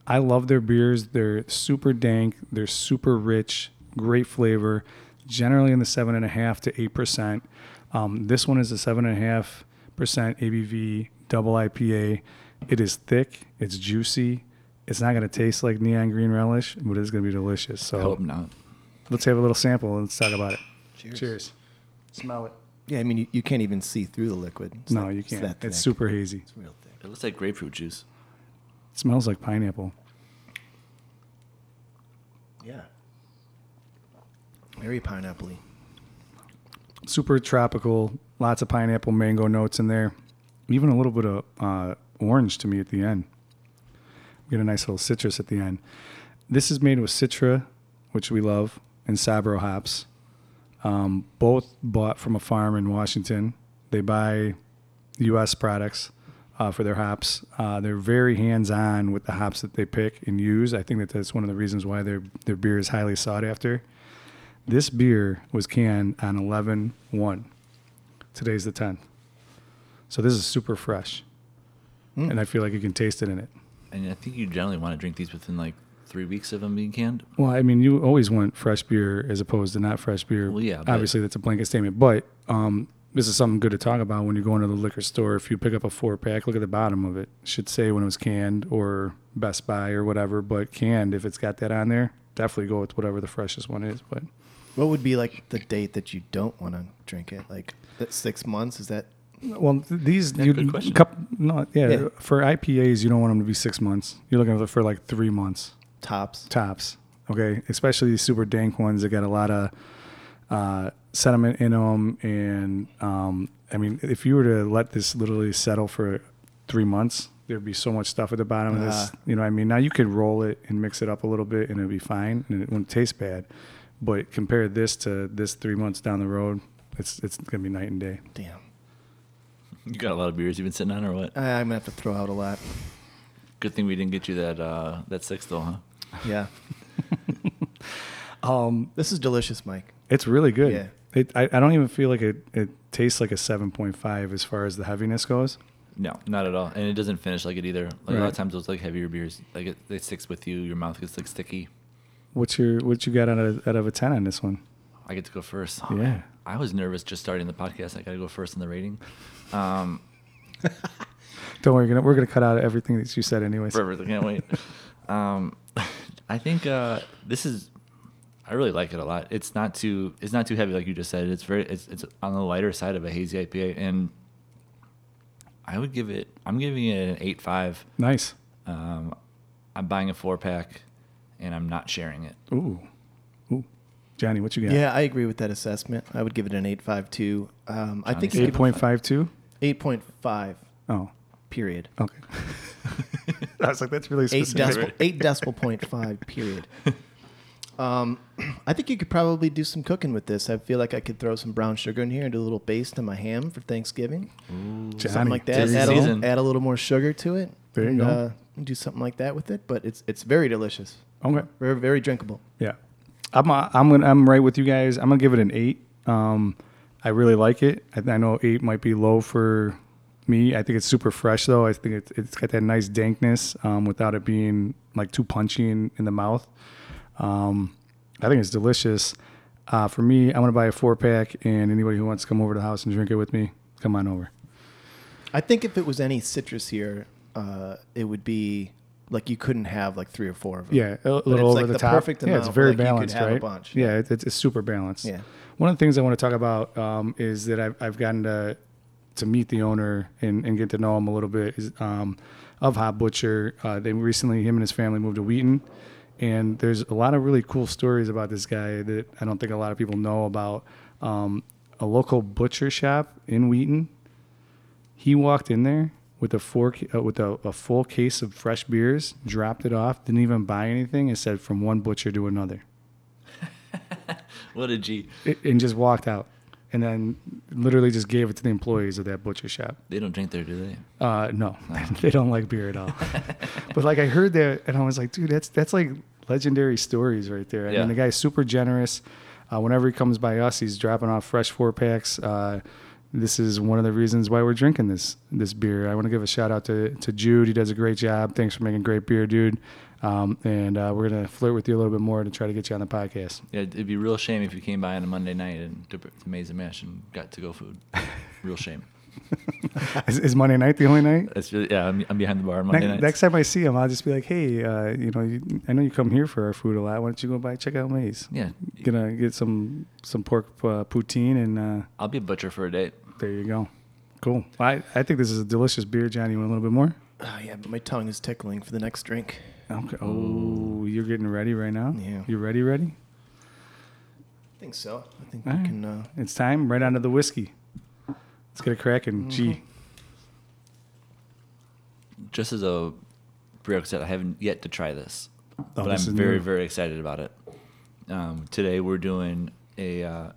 S1: I love their beers. They're super dank. They're super rich. Great flavor. Generally in the seven and a half to eight percent. Um, this one is a seven and a half percent ABV double IPA. It is thick. It's juicy. It's not going to taste like neon green relish, but it's going to be delicious.
S4: I
S1: So
S4: hope not.
S1: let's have a little sample and let's talk about it.
S3: Cheers.
S1: Cheers. Smell it.
S3: Yeah, I mean, you, you can't even see through the liquid. It's
S1: No,
S3: like-
S1: you can't.
S3: that
S1: It's
S3: thick.
S1: super hazy.
S3: It's real thick.
S4: It looks like grapefruit juice.
S1: It smells like pineapple.
S3: Yeah. Very pineapple
S1: super tropical, lots of pineapple, mango notes in there, even a little bit of uh, orange to me at the end. Get a nice little citrus at the end. This is made with Citra, which we love, and Sabro hops. Um, both bought from a farm in Washington. They buy U.S. products uh, for their hops. Uh, they're very hands-on with the hops that they pick and use. I think that that's one of the reasons why their their beer is highly sought after. This beer was canned on 11 1. Today's the 10th. So this is super fresh.
S4: Hmm.
S1: And I feel like you can taste it in it.
S4: And I think you generally want to drink these within like three weeks of them being canned.
S1: Well, I mean, you always want fresh beer as opposed to not fresh beer.
S4: Well, yeah, but-
S1: Obviously, that's a blanket statement. But um, this is something good to talk about when you're going to the liquor store. If you pick up a four pack, look at the bottom of it. It should say when it was canned or Best Buy or whatever. But canned, if it's got that on there, definitely go with whatever the freshest one is. But
S3: What would be like the date that you don't want to drink it? Like that six months? Is that
S1: Well, th- these you
S4: good question.
S1: cup no yeah,
S3: Yeah.
S1: for IPAs you don't want them to be six months. You're looking for like three months
S3: tops?
S1: tops. Okay, especially these super dank ones that got a lot of uh, sediment in them, and um, I mean, if you were to let this literally settle for three months, there'd be so much stuff at the bottom of this.
S3: Ah.
S1: You know, what I mean, now you could roll it and mix it up a little bit, and it'd be fine, and it wouldn't taste bad. But compare this to this three months down the road, it's it's gonna be night and day.
S3: Damn.
S4: You got a lot of beers you've been sitting on, or what?
S3: I, I'm going to have to throw out a lot.
S4: Good thing we didn't get you that uh, that six though, huh?
S3: Yeah. um, this is delicious, Mike.
S1: It's really good.
S3: Yeah.
S1: It, I, I don't even feel like it, it tastes like a 7.5 as far as the heaviness goes.
S4: No, not at all. And it doesn't finish like it either. Like a lot
S1: Right.
S4: of times those like heavier beers, like it, it sticks with you. Your mouth gets like sticky.
S1: What's your what you got out of out of a 10 on this one?
S4: I get to go first.
S1: Yeah.
S4: I was nervous just starting the podcast. I got to go first in the rating. Um,
S1: Don't worry, we're gonna, we're gonna cut out everything that you said, anyways.
S4: Perfect. I can't wait. Um, (laughs) I think uh, this is. I really like it a lot. It's not too. It's not too heavy, like you just said. It's very. It's, it's on the lighter side of a hazy IPA, and I would give it. I'm giving it an eight five.
S1: (laughs) Nice.
S4: Um, I'm buying a four pack, and I'm not sharing it.
S1: Ooh, ooh, Johnny, what you
S3: Yeah.
S1: got?
S3: I agree with that assessment. I would give it an eight five two. Um, I think
S1: eight point five two.
S3: eight point five.
S1: Oh,
S3: Period.
S1: okay. (laughs) I was like, that's really
S3: Eight
S1: specific.
S3: decimal eight decimal point five. Period. Um, (clears throat) I think you could probably do some cooking with this. I feel like I could throw some brown sugar in here and do a little baste on my ham for Thanksgiving.
S1: Johnny,
S3: something like
S1: there
S3: that.
S1: you
S3: Add a,
S1: go.
S3: little,
S4: season.
S3: add a little more sugar to it.
S1: There you
S3: and,
S1: go.
S3: Uh, do something like that with it, but it's it's very delicious.
S1: Okay.
S3: Very very drinkable.
S1: Yeah, I'm uh, I'm gonna I'm right with you guys. I'm gonna give it an eight. Um, I really like it. I, I know eight might be low for me. I think it's super fresh though. I think it's it's got that nice dankness um, without it being like too punchy in, in the mouth. Um, I think it's delicious. Uh, for me, I'm gonna buy a four pack, and anybody who wants to come over to the house and drink it with me, come on over.
S3: I think if it was any citrus here, uh, it would be like you couldn't have like three or four of them.
S1: Yeah, a
S3: it's,
S1: little over
S3: like,
S1: the,
S3: the
S1: top.
S3: perfect
S1: yeah, it's
S3: amount,
S1: very
S3: like, you could
S1: balanced,
S3: have a
S1: right?
S3: bunch.
S1: Yeah, it, it's, it's super balanced.
S3: Yeah.
S1: One of the things I want to talk about um, is that I've, I've gotten to to meet the owner and, and get to know him a little bit is, um, of Hot Butcher. Uh, they recently, him and his family moved to Wheaton, and there's a lot of really cool stories about this guy that I don't think a lot of people know about. Um, a local butcher shop in Wheaton he walked in there with a fork uh, with a, a full case of fresh beers, dropped it off, didn't even buy anything, and said from one butcher to another,
S4: (laughs) What a G!
S1: It- and just walked out, and then literally just gave it to the employees of that butcher shop.
S4: They don't drink there, do they?
S1: Uh, no, (laughs) they don't like beer at all. but like I heard that, and I was like, dude, that's that's like legendary stories right there. I
S4: Yeah.
S1: mean, the guy's super generous. Uh, whenever he comes by us, he's dropping off fresh four packs. Uh, this is one of the reasons why we're drinking this this beer. I want to give a shout out to to Jude. He does a great job. Thanks for making great beer, dude. Um, and uh, we're gonna flirt with you a little bit more to try to get you on the podcast.
S4: Yeah, it'd be a real shame if you came by on a Monday night and to, to Maze and Mash and got to
S1: (laughs)
S4: go food. Real shame.
S1: is, is Monday night the only night?
S4: That's really, yeah. I'm, I'm behind the bar on Monday
S1: Next,
S4: nights.
S1: next time I see him, I'll just be like, "Hey, uh, you know, you, I know you come here for our food a lot. Why don't you go by check out Maze?
S4: Yeah,
S1: gonna get some some pork uh, poutine and uh,
S4: I'll be a butcher for a date.
S1: there you go cool I, I think this is a delicious beer johnny you want a little bit more
S3: Oh, yeah, but my tongue is tickling for the next drink.
S1: okay oh you're getting ready right now
S3: Yeah.
S1: you ready ready
S3: I think so. I think
S1: All
S3: we
S1: right.
S3: can. Uh,
S1: it's time right onto the whiskey let's get a crack and gee
S4: Just as a prerequisite, I haven't yet to try this, but
S1: Oh, this
S4: I'm
S1: is
S4: very,
S1: new.
S4: very excited about it. Um, today we're doing a. Uh,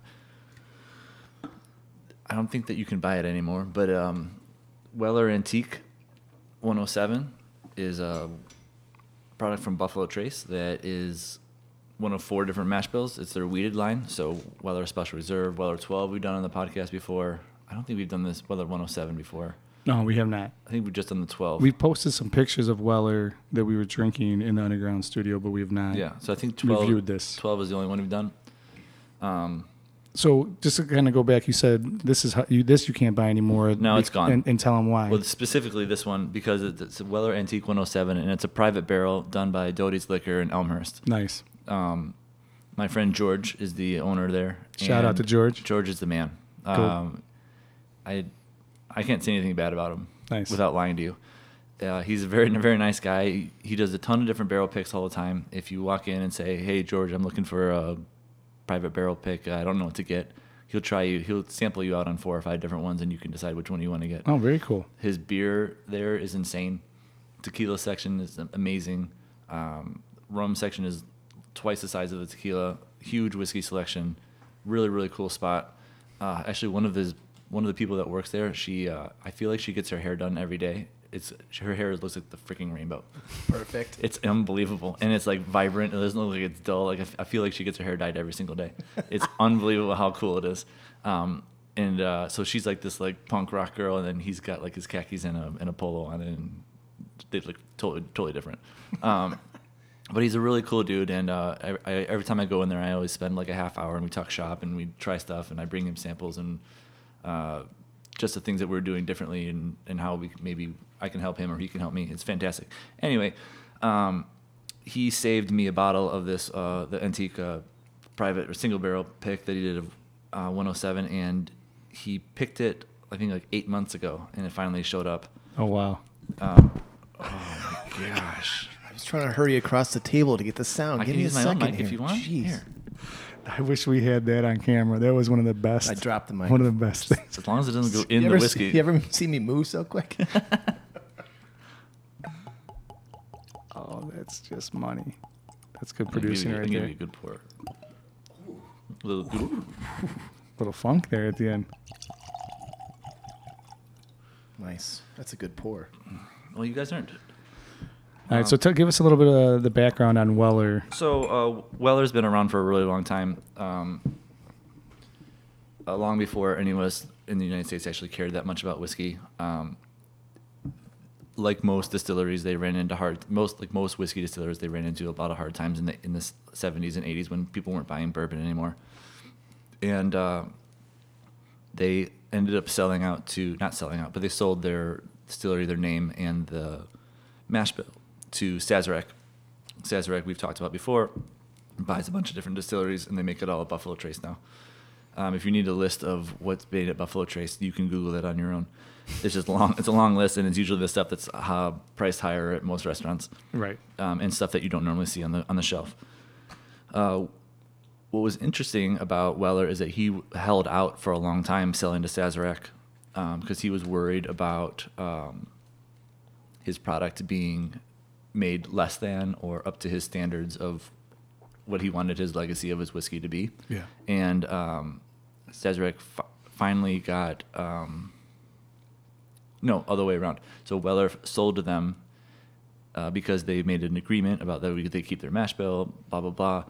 S4: I don't think that you can buy it anymore, but um, Weller Antique 107 is a product from Buffalo Trace that is one of four different mash bills. It's their weeded line. So Weller Special Reserve, Weller 12, we've done on the podcast before. I don't think we've done this Weller 107 before.
S1: no we have not
S4: I think we've just done the 12.
S1: we posted some pictures of weller that we were drinking in the underground studio but we have not
S4: Yeah, so I think 12,
S1: reviewed this
S4: 12 is the only one we've done.
S1: so just to kind of go back you said this is how you this you can't buy anymore
S4: No, it's gone.
S1: and, and tell them why
S4: Well, specifically this one because it's it's a Weller Antique 107, and it's a private barrel done by Doty's Liquor in Elmhurst.
S1: nice
S4: Um, my friend George is the owner there.
S1: Shout out
S4: and
S1: to George.
S4: George is the man.
S1: Cool.
S4: Um, I I can't say anything bad about him.
S1: Nice.
S4: Without lying to you, uh, he's a very very nice guy. He, he does a ton of different barrel picks all the time. If you walk in and say, "Hey George, I'm looking for a private barrel pick. I don't know what to get," he'll try you. He'll sample you out on four or five different ones, and you can decide which one you want to get.
S1: oh very cool
S4: His beer there is insane. Tequila section is amazing. Um, rum section is twice the size of the tequila. Huge whiskey selection. Really, really cool spot. Uh, actually, one of his one of the people that works there, she uh, I feel like she gets her hair done every day. It's her hair looks like the freaking rainbow.
S3: perfect.
S4: It's unbelievable, and it's like vibrant. It doesn't look like it's dull. Like I, f- I feel like she gets her hair dyed every single day. It's unbelievable how cool it is. Um, and uh, so she's like this like punk rock girl, and then he's got like his khakis and a and a polo on, and they look totally totally different. Um, but he's a really cool dude, and uh, I, I, every time I go in there, I always spend like a half hour, and we talk shop, and we try stuff, and I bring him samples, and uh, just the things that we're doing differently and, and how we can- maybe I can help him or he can help me. It's fantastic. Anyway, um, he saved me a bottle of this uh, the antique uh, private or single barrel pick that he did of uh, 107, and he picked it I think like eight months ago, and it finally showed up. Um,
S1: Oh wow.
S3: Oh,
S4: Gosh,
S3: I was trying to hurry across the table to get the sound.
S4: I
S3: Give
S4: can
S3: me
S4: use
S3: a
S4: my own
S3: second
S4: mic
S3: here.
S4: if you want.
S3: Jeez.
S4: Here.
S1: I wish we had that on camera. That was one of the best.
S3: I dropped the mic.
S1: One of the
S3: (laughs)
S1: best things.
S4: As long as it doesn't go in
S3: you
S4: the
S3: ever,
S4: whiskey.
S3: See, you ever (laughs) see me move so quick? (laughs)
S1: Oh, that's just money. That's good
S4: I'll give
S1: producing
S4: you- I'll
S1: right
S4: give
S1: there.
S4: you a good pour. Little good-
S1: Little funk there at the end.
S3: nice. That's a good pour.
S4: Well, you guys aren't.
S1: All
S4: Um,
S1: right, so t- give us a little bit of the background on Weller.
S4: So uh, Weller's been around for a really long time, um, uh, long before any of us in the United States actually cared that much about whiskey. Um, like most distilleries, they ran into hard most like most whiskey distillers, they ran into a lot of hard times in the in the seventies and eighties when people weren't buying bourbon anymore, and uh, they ended up selling out to not selling out, but they sold their distillery, their name, and the mash bill to Sazerac. Sazerac, we've talked about before, buys a bunch of different distilleries and they make it all at Buffalo Trace now. Um, if you need a list of what's made at Buffalo Trace, you can Google that on your own. It's just long. It's a long list, and it's usually the stuff that's uh, priced higher at most restaurants
S1: Right.
S4: um, and stuff that you don't normally see on the on the shelf. Uh, what was interesting about Weller is that he held out for a long time selling to Sazerac because he was worried about um, his product being made less than or up to his standards of what he wanted his legacy of his whiskey to be.
S1: Yeah.
S4: And um, Sazerac fi- finally got um, no other way around. So Weller f- sold to them uh, because they made an agreement about that we- they keep their mash bill, blah blah blah.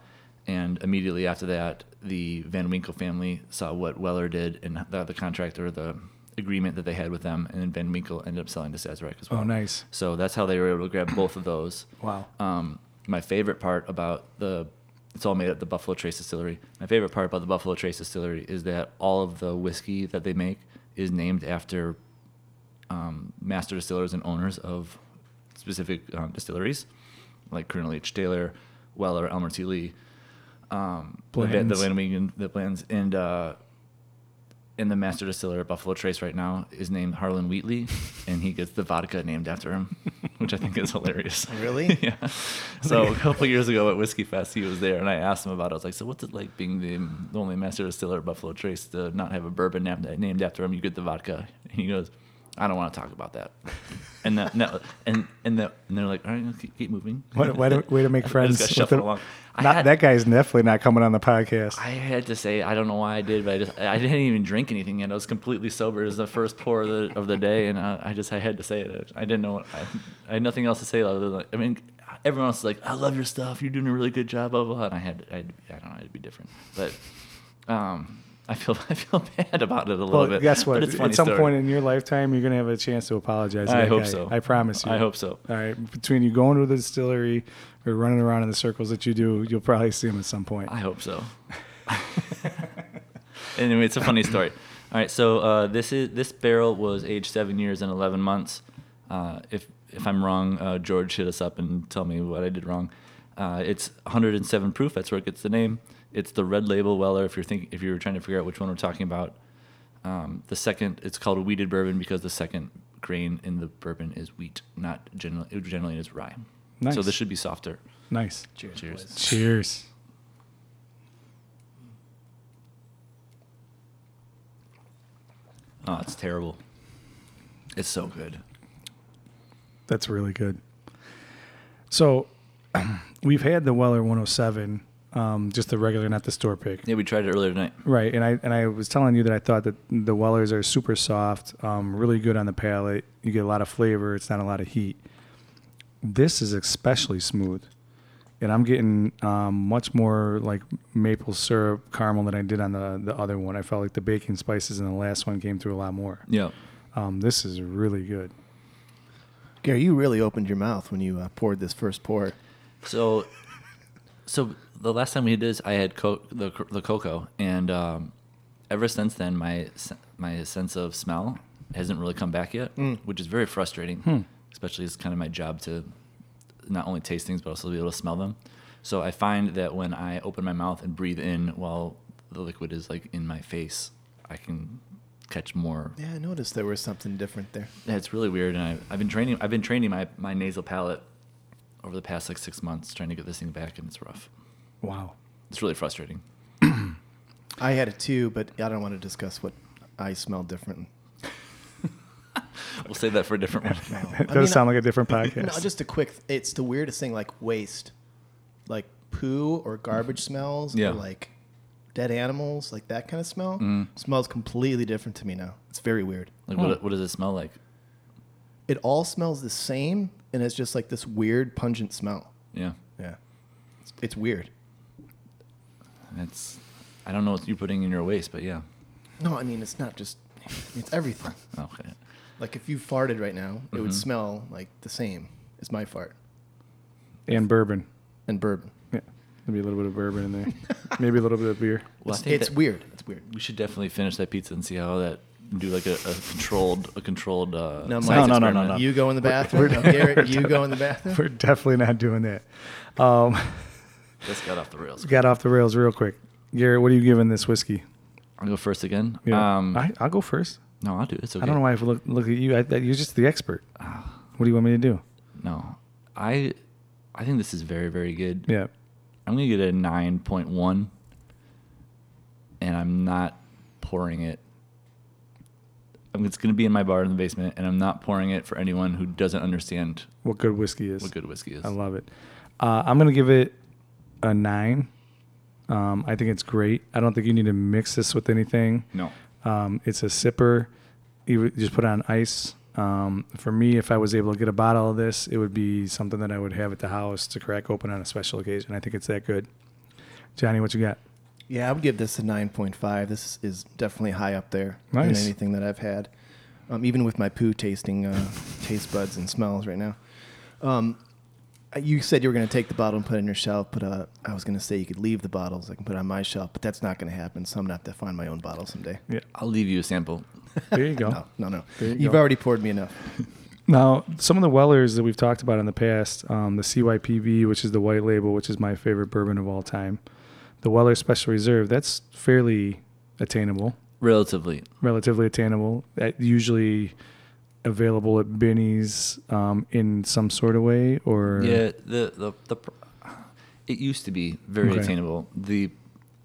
S4: And immediately after that, the Van Winkle family saw what Weller did and the, the contract or the agreement that they had with them, and then Van Winkle ended up selling to Sazerac as well.
S1: Oh, nice.
S4: So that's how they were able to grab both of those.
S1: Wow.
S4: Um, my favorite part about the it's all made at the Buffalo Trace Distillery. My favorite part about the Buffalo Trace Distillery is that all of the whiskey that they make is named after um, master distillers and owners of specific um, distilleries, like Colonel H. Taylor, Weller, Elmer T. Lee, um, the Van- the
S1: Bland's.
S4: Van Wingen, the Blends, and uh, and the master distiller at Buffalo Trace right now is named Harlan Wheatley, and he gets the vodka named after him, which I think is hilarious.
S3: Really?
S4: (laughs) yeah. So a couple years ago at Whiskey Fest, he was there, and I asked him about it. I was like, "So what's it like being the the only master distiller at Buffalo Trace to not have a bourbon nap- named after him? You get the vodka." And he goes, "I don't want to talk about that." And that, no, and and, that, and they're like, "All right, keep, keep moving."
S1: What, what a way to make
S4: (laughs) I
S1: friends.
S4: just got
S1: with
S4: shuffled
S1: the-
S4: along. I
S1: Not,
S4: had-
S1: that guy's definitely not coming on the podcast.
S4: I had to say I don't know why I did, but I just I didn't even drink anything yet. I was completely sober. It was the first pour of the, of the day, and uh, I, I just I had to say it. I didn't know. I, I had nothing else to say other than I mean, everyone else is like, "I love your stuff. You're doing a really good job." Blah blah. blah. And I had I, had, I don't know. I had to be different, but um, I feel (laughs) I feel bad about it a little
S1: well,
S4: bit.
S1: guess what?
S4: But it's a funny
S1: At some
S4: story.
S1: point in your lifetime, you're going to have a chance to apologize. to
S4: I
S1: that
S4: hope
S1: guy.
S4: so.
S1: I promise you.
S4: I hope so.
S1: All right. Between you going to the distillery or running around in the circles that you do, you'll probably see him at some point.
S4: I hope so. (laughs) anyway, it's a funny story. All right, so uh, this is this barrel was aged seven years and eleven months. Uh, if if I'm wrong, uh, George hit us up and tell me what I did wrong. Uh, it's 107 proof. That's where it gets the name. It's the red label Weller. If you're thinking, if you're trying to figure out which one we're talking about, um, the second it's called a weeded bourbon because the second grain in the bourbon is wheat, not generally it generally is rye.
S1: Nice.
S4: So this should be softer.
S1: nice.
S3: Cheers.
S4: Cheers.
S3: boys.
S1: Cheers.
S4: Oh, it's terrible. It's so good.
S1: That's really good. So (clears throat) we've had the Weller 107, um, just the regular, not the store pick.
S4: Yeah, we tried it earlier tonight.
S1: Right, and I and I was telling you that I thought that the Wellers are super soft, um, really good on the palate. You get a lot of flavor. It's not a lot of heat. This is especially smooth, and I'm getting um, much more like maple syrup caramel than I did on the the other one. I felt like the baking spices in the last one came through a lot more.
S4: Yeah.
S1: Um, this is really good.
S3: Gary, you really opened your mouth when you uh, poured this first pour.
S4: So, so the last time we did this, I had co- the the cocoa, and um, ever since then, my s- my sense of smell hasn't really come back yet, which is very frustrating. Especially it's kind of my job to not only taste things but also be able to smell them. So I find that when I open my mouth and breathe in while the liquid is like in my face, I can catch more
S3: Yeah, I noticed there was something different there.
S4: yeah, it's really weird, and I, I've been training. I've been training my, my nasal palate over the past like six months, trying to get this thing back, and it's rough.
S1: (laughs) Wow.
S4: It's really frustrating.
S3: I had it too, but I don't want to discuss what I smell differently.
S4: We'll save that for a different
S3: (laughs)
S4: one.
S1: (laughs) It
S3: I
S1: does
S3: mean,
S1: sound like a different
S3: (laughs) No,
S1: podcast.
S3: just a quick. It's the weirdest thing, like waste, like poo or garbage smells,
S4: Yeah.
S3: or like dead animals, like that kind of smell. Smells completely different to me now. It's very weird.
S4: Like, what, what does it smell like?
S3: It all smells the same, and it's just like this weird pungent smell.
S4: Yeah,
S3: Yeah, it's, it's weird.
S4: it's. I don't know what you're putting in your waste, but yeah.
S3: No, I mean it's not just. It's everything.
S4: Okay.
S3: Like if you farted right now, it
S1: Mm-hmm.
S3: would smell like the same as my fart
S1: and bourbon.
S3: and bourbon.
S1: Yeah. Maybe a little bit of bourbon in
S3: (laughs)
S1: there. Maybe a little bit of beer.
S4: Well, I
S3: it's
S4: think
S3: it's
S4: that
S3: weird. It's weird.
S4: we should definitely finish that pizza and see how that do like a, a controlled a controlled. Uh,
S3: No,
S4: science
S3: Mike,
S1: no, no, no,
S4: experiment.
S1: no.
S3: You go in the bathroom.
S1: (laughs)
S3: No, Garrett, you go in the bathroom.
S1: We're definitely not doing that. Um, (laughs)
S4: This got off the rails.
S1: got off the rails real quick. Garrett, what are you giving this whiskey?
S4: I'll go first again.
S1: Yeah.
S4: Um,
S1: I, I'll go first.
S4: no, I'll do it. It's okay.
S1: I
S4: Ah.
S1: don't know why I look, look at you. I, that, you're just the expert. What do you want me to do?
S4: No, I I think this is very very good.
S1: Yeah.
S4: I'm gonna get a nine point one, and I'm not pouring it. I'm, it's gonna be in my bar in the basement, and I'm not pouring it for anyone who doesn't understand
S1: What good whiskey is.
S4: what good whiskey is.
S1: I love it. Uh, I'm gonna give it a nine. Um, I think it's great. I don't think you need to mix this with anything.
S4: No,
S1: Um, it's a sipper. You would just put it on ice. Um, for me, if I was able to get a bottle of this, it would be something that I would have at the house to crack open on a special occasion. I think it's that good. Johnny, what you got?
S3: Yeah, I would give this a 9.5. This is definitely high up there than
S1: Nice.
S3: anything that I've had, um, even with my poo tasting uh, taste buds and smells right now. Um, uh, you said you were going to take the bottle and put it in your shelf, but uh, I was going to say you could leave the bottles. I can put it on my shelf, but that's not going to happen, so I'm going to have to find my own bottle someday.
S4: I'll leave you a sample.
S1: There you go.
S3: (laughs) No, no, no.
S1: There you
S3: You have
S1: go.
S3: already poured me enough.
S1: Now, some of the Wellers that we've talked about in the past, um, the CYPB, which is the white label, which is my favorite bourbon of all time, the Weller Special Reserve, that's fairly attainable,
S4: Relatively,
S1: relatively attainable. That usually available at Benny's um, in some sort of way, or
S4: yeah. The the the pr- it used to be very
S1: Okay.
S4: attainable. The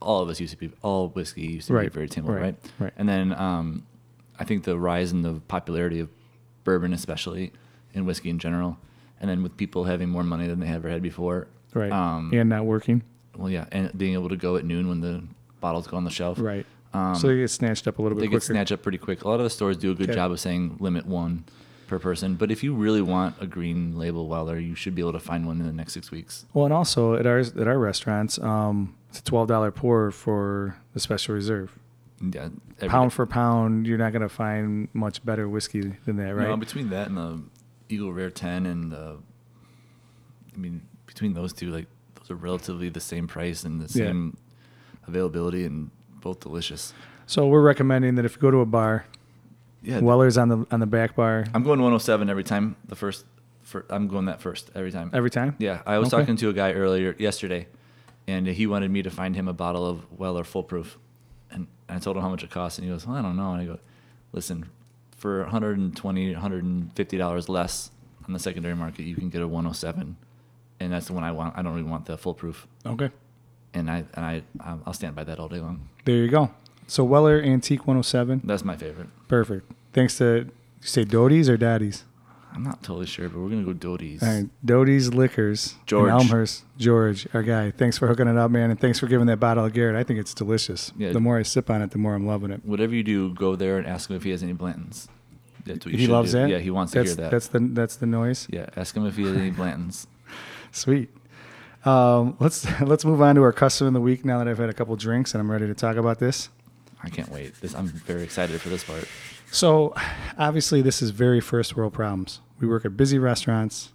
S4: all of us used to be all whiskey used to be
S1: Right,
S4: very attainable,
S1: right,
S4: right?
S1: right.
S4: And then um, I think the rise in the popularity of bourbon, especially and whiskey in general, and then with people having more money than they ever had before,
S1: right,
S4: Um,
S1: and not working,
S4: well, yeah, and being able to go at noon when the bottles go on the shelf,
S1: right.
S4: Um,
S1: so they get snatched up a little
S4: they
S1: bit
S4: get
S1: quicker.
S4: snatched up pretty quick. A lot of the stores do a good
S1: Okay.
S4: job of saying limit one per person, but if you really want a green label Weller, you should be able to find one in the next six weeks.
S1: Well, and also at our at our restaurants, um, it's a twelve dollar pour for the Special Reserve.
S4: Yeah, every
S1: pound
S4: day.
S1: for pound, you're not going to find much better whiskey than that, right?
S4: No, between that and the Eagle Rare Ten and the, I mean, between those two, like those are relatively the same price and the
S1: Yeah.
S4: same availability and both delicious.
S1: so we're recommending that if you go to a bar,
S4: Yeah,
S1: Weller's on the on the back bar
S4: I'm going 107 every time. The first, for, I'm going that first every time.
S1: every time.
S4: Um, Yeah, I was
S1: Okay.
S4: talking to a guy earlier yesterday, and he wanted me to find him a bottle of Weller Full Proof, and I told him how much it costs, and he goes, "Well, I don't know." And I go, "Listen, for 120, 150 dollars less on the secondary market, you can get a 107, and that's the one I want. I don't really want the Full Proof,
S1: Okay.
S4: and I and I um, I'll stand by that all day long.
S1: There you go. So Weller Antique 107,
S4: That's my favorite.
S1: perfect. Thanks to you say Doty's or Daddy's.
S4: I'm not totally sure, but we're gonna go Doty's.
S1: All right, Doty's Liquors, in
S4: George.
S1: Elmhurst, George, our guy. Thanks for hooking it up, man, and thanks for giving that bottle of Garrett. I think it's delicious.
S4: Yeah.
S1: The more I sip on it, the more I'm loving it.
S4: Whatever you do, go there and ask him if he has any Blantons. That's what you
S1: he
S4: should
S1: loves
S4: do.
S1: that.
S4: Yeah, he wants
S1: that's,
S4: to hear that.
S1: That's the that's the noise.
S4: yeah, ask him if he has any Blantons.
S1: Sweet. Um, let's (laughs) let's move on to our custom of the week now that I've had a couple drinks and I'm ready to talk about this.
S4: I can't wait. This I'm very excited for this part.
S1: So, obviously, this is very first world problems. We work at busy restaurants.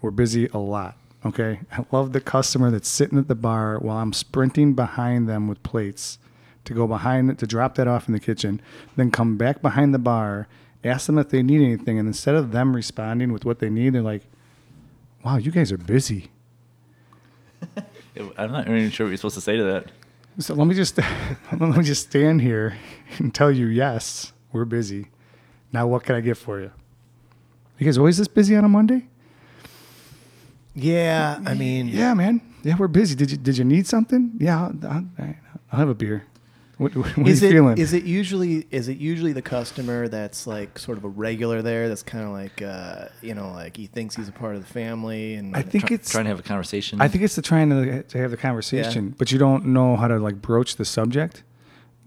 S1: We're busy a lot. Okay. I love the customer that's sitting at the bar while I'm sprinting behind them with plates to go behind to drop that off in the kitchen, then come back behind the bar, ask them if they need anything, and instead of them responding with what they need, they're like, "Wow, you guys are busy."
S4: I'm not even sure what you're supposed to say to that.
S1: So let me just (laughs) let me just stand here and tell you, yes, we're busy. Now, what can I get for you? You guys always this busy on a Monday?
S3: Yeah, I mean,
S1: Yeah, man. Yeah, we're busy. Did you Did you need something? Yeah, I'll, I'll, I'll have a beer. What, what are
S3: is
S1: you
S3: it
S1: feeling?
S3: is it usually is it usually the customer that's like sort of a regular there that's kind of like uh, you know like he thinks he's a part of the family and
S1: I think
S4: Try-
S1: it's.
S4: trying to have a conversation.
S1: I think it's the trying to, to have the conversation, but you don't know how to like broach the subject.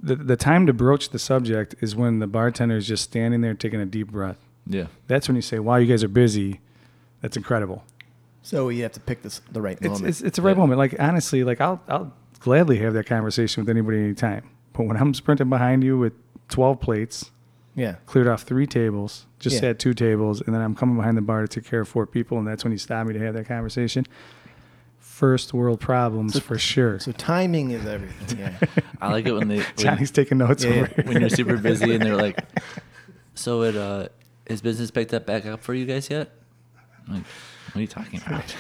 S1: The the time to broach the subject is when the bartender is just standing there taking a deep breath.
S4: yeah.
S1: That's when you say, "Wow, you guys are busy." That's incredible.
S3: so you have to pick this the right
S1: It's
S3: moment.
S1: it's, it's a right
S4: Yeah.
S1: moment. Like honestly, like I'll I'll gladly have that conversation with anybody anytime. But when I'm sprinting behind you with twelve plates,
S3: yeah,
S1: cleared off three tables, just
S3: Yeah.
S1: had two tables, and then I'm coming behind the bar to take care of four people, and that's when you stop me to have that conversation. First world problems for sure.
S3: so timing is
S1: (laughs)
S3: everything. Yeah,
S4: I like it when they when,
S1: Johnny's taking notes
S3: Yeah,
S1: over
S3: yeah.
S1: here.
S4: when
S1: (laughs)
S4: you're super busy and they're like, "So it uh, is business picked up back up for you guys yet?" I'm like, what are you talking (laughs) about?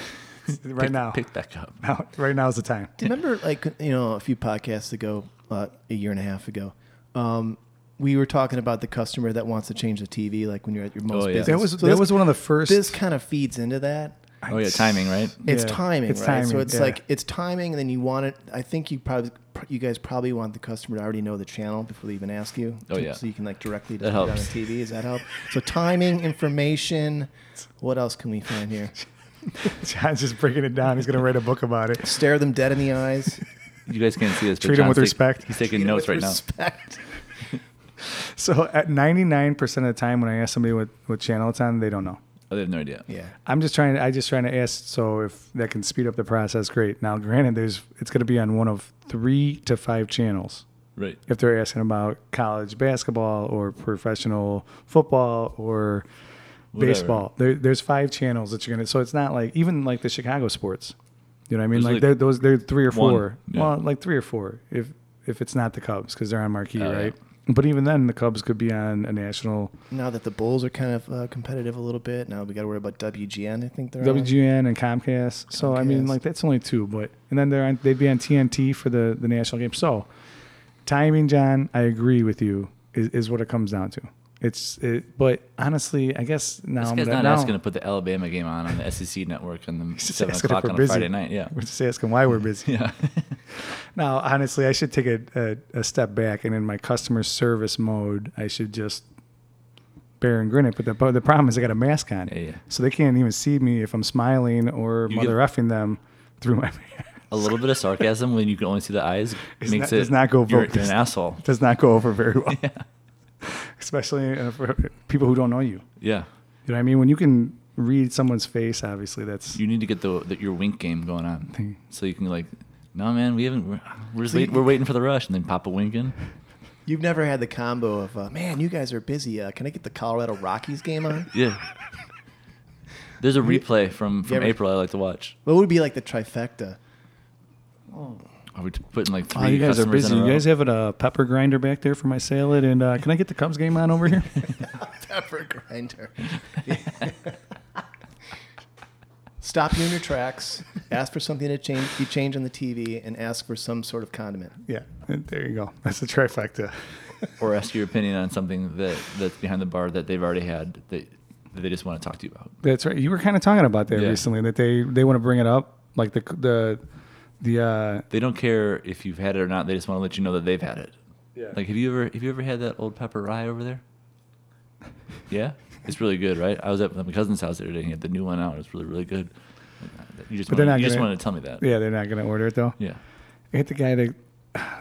S1: (laughs) right
S4: Pick-
S1: now.
S4: pick back up.
S1: now. Right now is the time.
S3: Do you remember, like, you know, a few podcasts ago, uh, a year and a half ago, um, we were talking about the customer that wants to change the TV, like when you're at your most
S4: Oh, yeah.
S3: business.
S1: That was
S3: So
S1: that
S3: this-
S1: was one of the first.
S3: This kind of feeds into that.
S4: Oh yeah, timing, right?
S3: It's
S1: Yeah,
S3: timing,
S1: it's
S3: right? so
S1: timing,
S3: it's
S1: yeah.
S3: like it's timing, and then you want it. I think you probably, you guys probably want the customer to already know the channel before they even ask you.
S4: Oh,
S3: to-
S4: yeah.
S3: So you can like directly
S4: That
S3: just put it on the
S4: helps.
S3: TV. Does that help? So timing, information. What else can we find here?
S1: (laughs) (laughs) John's just breaking it down. He's gonna write a book about it.
S3: Stare them dead in the eyes.
S4: You guys can't see this. but
S1: Treat 'em with
S4: John's take-
S1: respect.
S4: he's (laughs) taking notes right (laughs)
S3: Respect.
S1: So at 99% of the time, when I ask somebody what what channel it's on, they don't know.
S4: now. Oh, they have no idea.
S3: Yeah.
S1: I'm just trying. I just trying to ask. So if that can speed up the process, great. Now, granted, there's it's going to be on one of three to five channels.
S4: Right.
S1: If they're asking about college basketball or professional football or
S4: Whatever.
S1: baseball, there, there's five channels that you're gonna. So it's not like even like the Chicago sports. You know what I mean?
S4: There's
S1: Like,
S4: like
S1: they're, those, they're three or
S4: one,
S1: four.
S4: yeah.
S1: Well, like three or four. If if it's not the Cubs because they're on marquee,
S4: Oh, yeah.
S1: right? But even then, the Cubs could be on a national
S3: Now that the Bulls are kind of uh, competitive a little bit, now we got to worry about WGN. I think they're on.
S1: WGN and Comcast. So I mean,
S3: Comcast.
S1: like that's only two, but and then they're on, they'd be on TNT for the the national game. So timing, John, I agree with you. Is, is what it comes down to. It's it, but honestly, I guess now
S4: This
S1: I'm
S4: guy's
S1: gonna,
S4: not
S1: now,
S4: asking to put the Alabama game on on the SEC network
S1: (laughs)
S4: on the
S1: just
S4: seven
S1: asking if
S4: o'clock
S1: we're
S4: on a
S1: busy.
S4: Friday night. Yeah.
S1: (laughs) We're just asking why we're busy.
S4: Yeah.
S1: (laughs) now, honestly, I should take a, a, a step back and in my customer service mode, I should just bear and grin it. But the, but the problem is, I got a mask on,
S4: Yeah, yeah.
S1: so they can't even see me if I'm smiling or
S4: You get-
S1: mother effing them through my (laughs) mask.
S4: A little bit of sarcasm when you can only see the eyes
S1: (laughs) It's
S4: makes
S1: not-
S4: it
S1: does not go
S4: you're,
S1: vote
S4: you're
S1: this-
S4: an asshole. (laughs)
S1: does not go over very well. Especially uh, for people who don't know you.
S4: Yeah.
S1: You know what I mean? When you can read someone's face, obviously that's
S4: You need to get the, the your wink game going on,
S1: Thing.
S4: so you can like, no man, we haven't. We're, we're just wait, we're waiting for the rush, and then pop a
S1: (laughs)
S4: wink in.
S3: You've never had the combo of, uh, man, you guys are busy. Uh, can I get the Colorado Rockies game on?
S4: Yeah. There's a replay from from
S3: ever-
S4: April I like to watch.
S3: What would be like the trifecta?
S4: Are we t- putting like three
S1: Oh, you guys are
S4: customers
S1: busy.
S4: in a
S1: You
S4: row?
S1: guys have a pepper grinder back there for my salad, and uh, can I get the Cubs game on over
S4: (laughs)
S1: here?
S3: (laughs) Pepper grinder. (laughs) Stop you in your tracks. Ask for something to change. You change on the TV and ask for some sort of condiment.
S1: yeah, uh, there you go. That's the trifecta.
S4: (laughs)
S1: (laughs)
S4: or ask your opinion on something that that's behind the bar that they've already had that, that they just want to talk to you about.
S1: That's right. You were kind of talking about that
S4: Yeah.
S1: recently that they they want to bring it up, like the the the uh,
S4: They don't care if you've had it or not. They just want to let you know that they've had it.
S1: Yeah.
S4: Like have you ever have you ever had that old pepper rye over there? Yeah, it's really good, right? I was at my cousin's house the other day. and He had the new one out. It was really really good. You just
S1: But they're
S4: wanted,
S1: not
S4: you just
S1: gonna-
S4: wanted to tell me that.
S1: yeah. They're not going to order it though.
S4: Yeah.
S1: I hit the guy that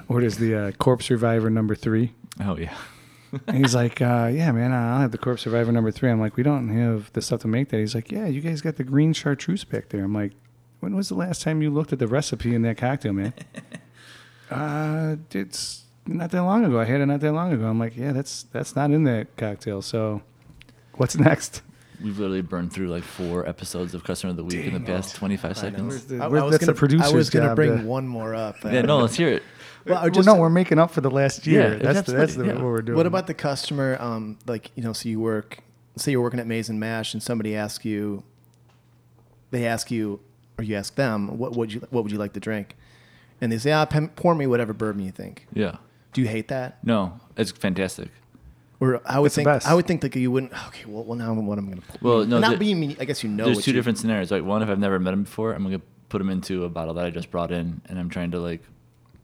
S1: orders the uh, Corpse Reviver number three.
S4: Oh yeah. (laughs)
S1: And he's like, uh, yeah, man, I'll have the Corpse Survivor number three. I'm like, we don't have the stuff to make that. He's like, yeah, you guys got the green chartreuse back there. I'm like, when was the last time you looked at the recipe in that cocktail,
S3: (laughs)
S1: man? uh, it's not that long ago. I had it not that long ago. I'm like, yeah, that's that's not in that cocktail. So, what's next?
S4: we've literally burned through like four episodes of Customer of the Week in the past 25 seconds.
S1: the-
S3: I- I
S1: where's-
S3: was
S1: that's a
S3: gonna-
S1: producer's
S3: I was going to
S1: job
S3: bring
S1: to-
S3: one more up.
S1: (laughs)
S4: Yeah, no, let's hear it.
S3: Well, I
S1: Well,
S3: just-
S1: no, we're making up for the last year.
S4: Yeah,
S1: that's the, that's the,
S4: absolutely, yeah.
S1: what we're doing.
S3: What about the customer? Um, like you know, so you work, say you're working at Maze and Mash, and somebody asks you, they ask you, or you ask them, what would you what would you like to drink? And they say, ah, pem- pour me whatever bourbon you think.
S4: Yeah.
S3: Do you hate that?
S4: No, it's fantastic.
S3: Or I would
S1: That's the
S3: think
S1: best.
S3: I would think that you wouldn't. Okay, well, well now what I'm going to pour.
S4: Well, no,
S3: not
S4: there-
S3: being mean. I guess you know.
S4: There's
S3: what
S4: two
S3: you-
S4: different scenarios. Like one, if I've never met him before, I'm gonna put him into a bottle that I just brought in, and I'm trying to like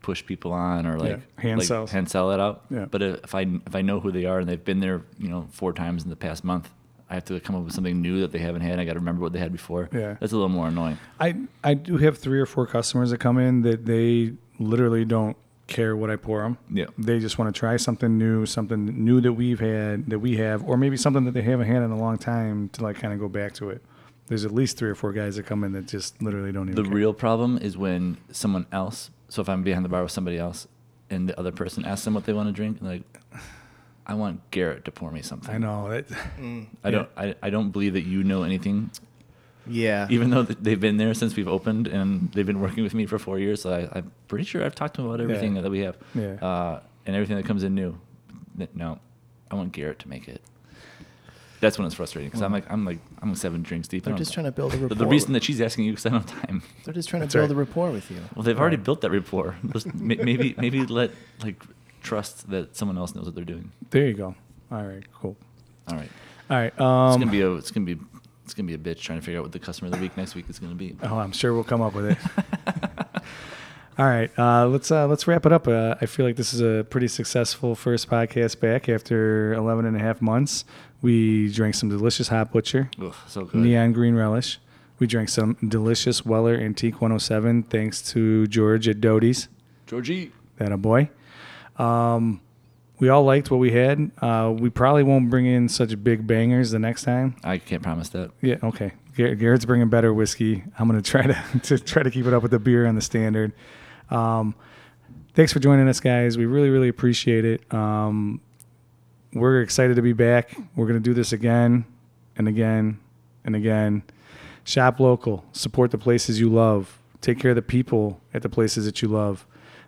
S4: push people on or like
S1: Yeah, hand
S4: like,
S1: sells.
S4: hand sell it out.
S1: Yeah.
S4: But if I if I know who they are and they've been there, you know, four times in the past month, I have to come up with something new that they haven't had. I got to remember what they had before.
S1: Yeah.
S4: That's a little more annoying.
S1: I I do have three or four customers that come in that they literally don't care what I pour them.
S4: Yeah.
S1: They just want to try something new, something new that we've had that we have, or maybe something that they haven't had in a long time to like kind of go back to it. There's at least three or four guys that come in that just literally don't even.
S4: The
S1: care.
S4: real problem is when someone else. So if I'm behind the bar with somebody else, and the other person asks them what they want to drink, and like, I want Garrett to pour me something.
S1: I know. That,
S4: I don't. I, I don't believe that you know anything
S3: Yeah.
S4: (laughs) even though th- they've been there since we've opened and they've been working with me for four years, so I, I'm pretty sure I've talked to them about everything
S1: Yeah.
S4: that we have
S1: Yeah.
S4: uh, and everything that comes in new. N- No, I want Garrett to make it. That's when it's frustrating because I'm like I'm like I'm seven drinks deep. I
S3: Mm. They're
S4: don't
S3: just
S4: know.
S3: trying to build a
S4: The-
S3: rapport.
S4: The reason that she's asking you because I don't have time.
S3: they're just trying to
S1: That's right.
S3: build a rapport with you.
S4: (laughs) Well, they've already built that rapport. Just ma- maybe maybe let like trust that someone else knows what they're doing.
S1: there you go. All right. Cool.
S4: All right,
S1: All right.
S4: it's
S1: Um,
S4: gonna be a it's gonna be it's gonna be a bitch trying to figure out what the customer of the week next week is gonna be.
S1: Oh, I'm sure we'll come up
S4: (laughs)
S1: with it.
S3: Uh-huh.
S1: All right, uh, let's uh, let's wrap it up. Uh, I feel like this is a pretty successful first podcast back after 11 and a half months. We drank some delicious Hot Butcher,
S4: Ugh, so Oh, good.
S1: Neon Green Relish. We drank some delicious Weller Antique 107, thanks to George at Doty's.
S4: Georgie.
S1: That a boy. Um, we all liked what we had. Uh, we probably won't bring in such big bangers the next time.
S4: I can't promise that.
S1: Yeah. Okay. Gar- Garrett's bringing better whiskey. I'm gonna try to, (laughs) to try to keep it up with the beer and the standard. Um, thanks for joining us, guys. We really really appreciate it. Um, we're excited to be back. We're gonna do this again and again and again. Shop local. Support the places you love. Take care of the people at the places that you love.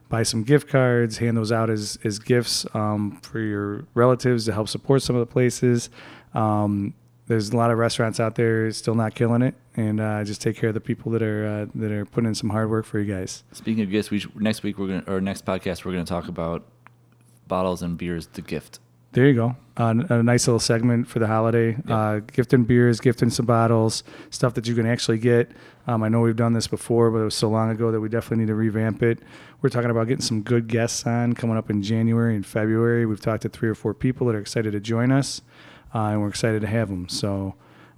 S1: Buy some gift cards. Hand those out as as gifts um, for your relatives to help support some of the places. Um, there's a lot of restaurants out there still not killing it, and uh, just take care of the people that are uh, that are putting in some hard work for you guys.
S4: Speaking of gifts, we should, next week we're gonna or next podcast we're gonna talk about bottles and beers to gift.
S1: There you go. Uh, a nice little segment for the holiday. Uh, gifting beers, gifting some bottles, stuff that you can actually get. Um, I know we've done this before, but it was so long ago that we definitely need to revamp it. We're talking about getting some good guests on coming up in January and February. We've talked to three or four people that are excited to join us, uh, and we're excited to have them. So,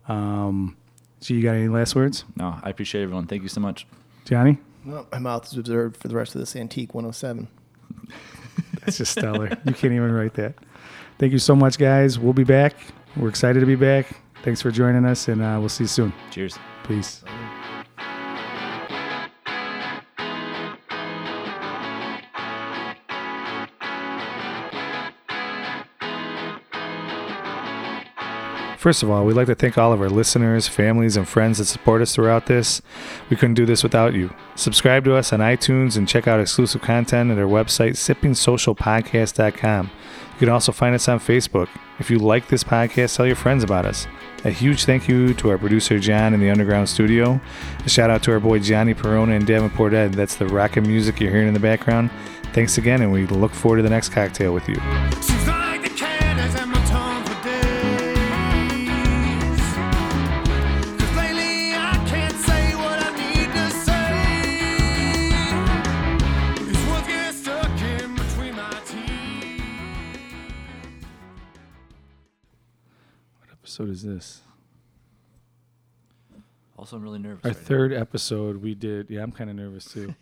S1: um, so you got any last words,
S4: No, I appreciate everyone. Thank you so much.
S1: Johnny?
S3: Well, my mouth is observed for the rest of this antique 107.
S1: That's just stellar. You can't even write that. Thank you so much, guys. We'll be back. We're excited to be back. Thanks for joining us, and uh, we'll see you soon.
S4: Cheers.
S1: Peace. First of all, we'd like to thank all of our listeners, families, and friends that support us throughout this. We couldn't do this without you. Subscribe to us on iTunes and check out exclusive content at our website, sippingsocialpodcast.com. You can also find us on Facebook. If you like this podcast, tell your friends about us. A huge thank you to our producer, John, in the Underground Studio. A shout out to our boy, Johnny Perona and Davenport Ed. That's the rockin' music you're hearing in the background. Thanks again, and we look forward to the next cocktail with you.
S5: She's like the cat that's in my tongue for days. 'Cause lately I can't say what I need to say. These words get stuck in between my teeth.
S1: episode is this?
S4: Also, I'm really nervous.
S1: Our
S4: right now.
S1: third episode, we did. Yeah, (coughs) (laughs)
S4: (laughs)
S1: I'm kind of nervous too.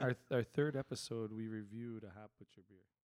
S1: our, our third episode, we reviewed a Hot Butcher beer.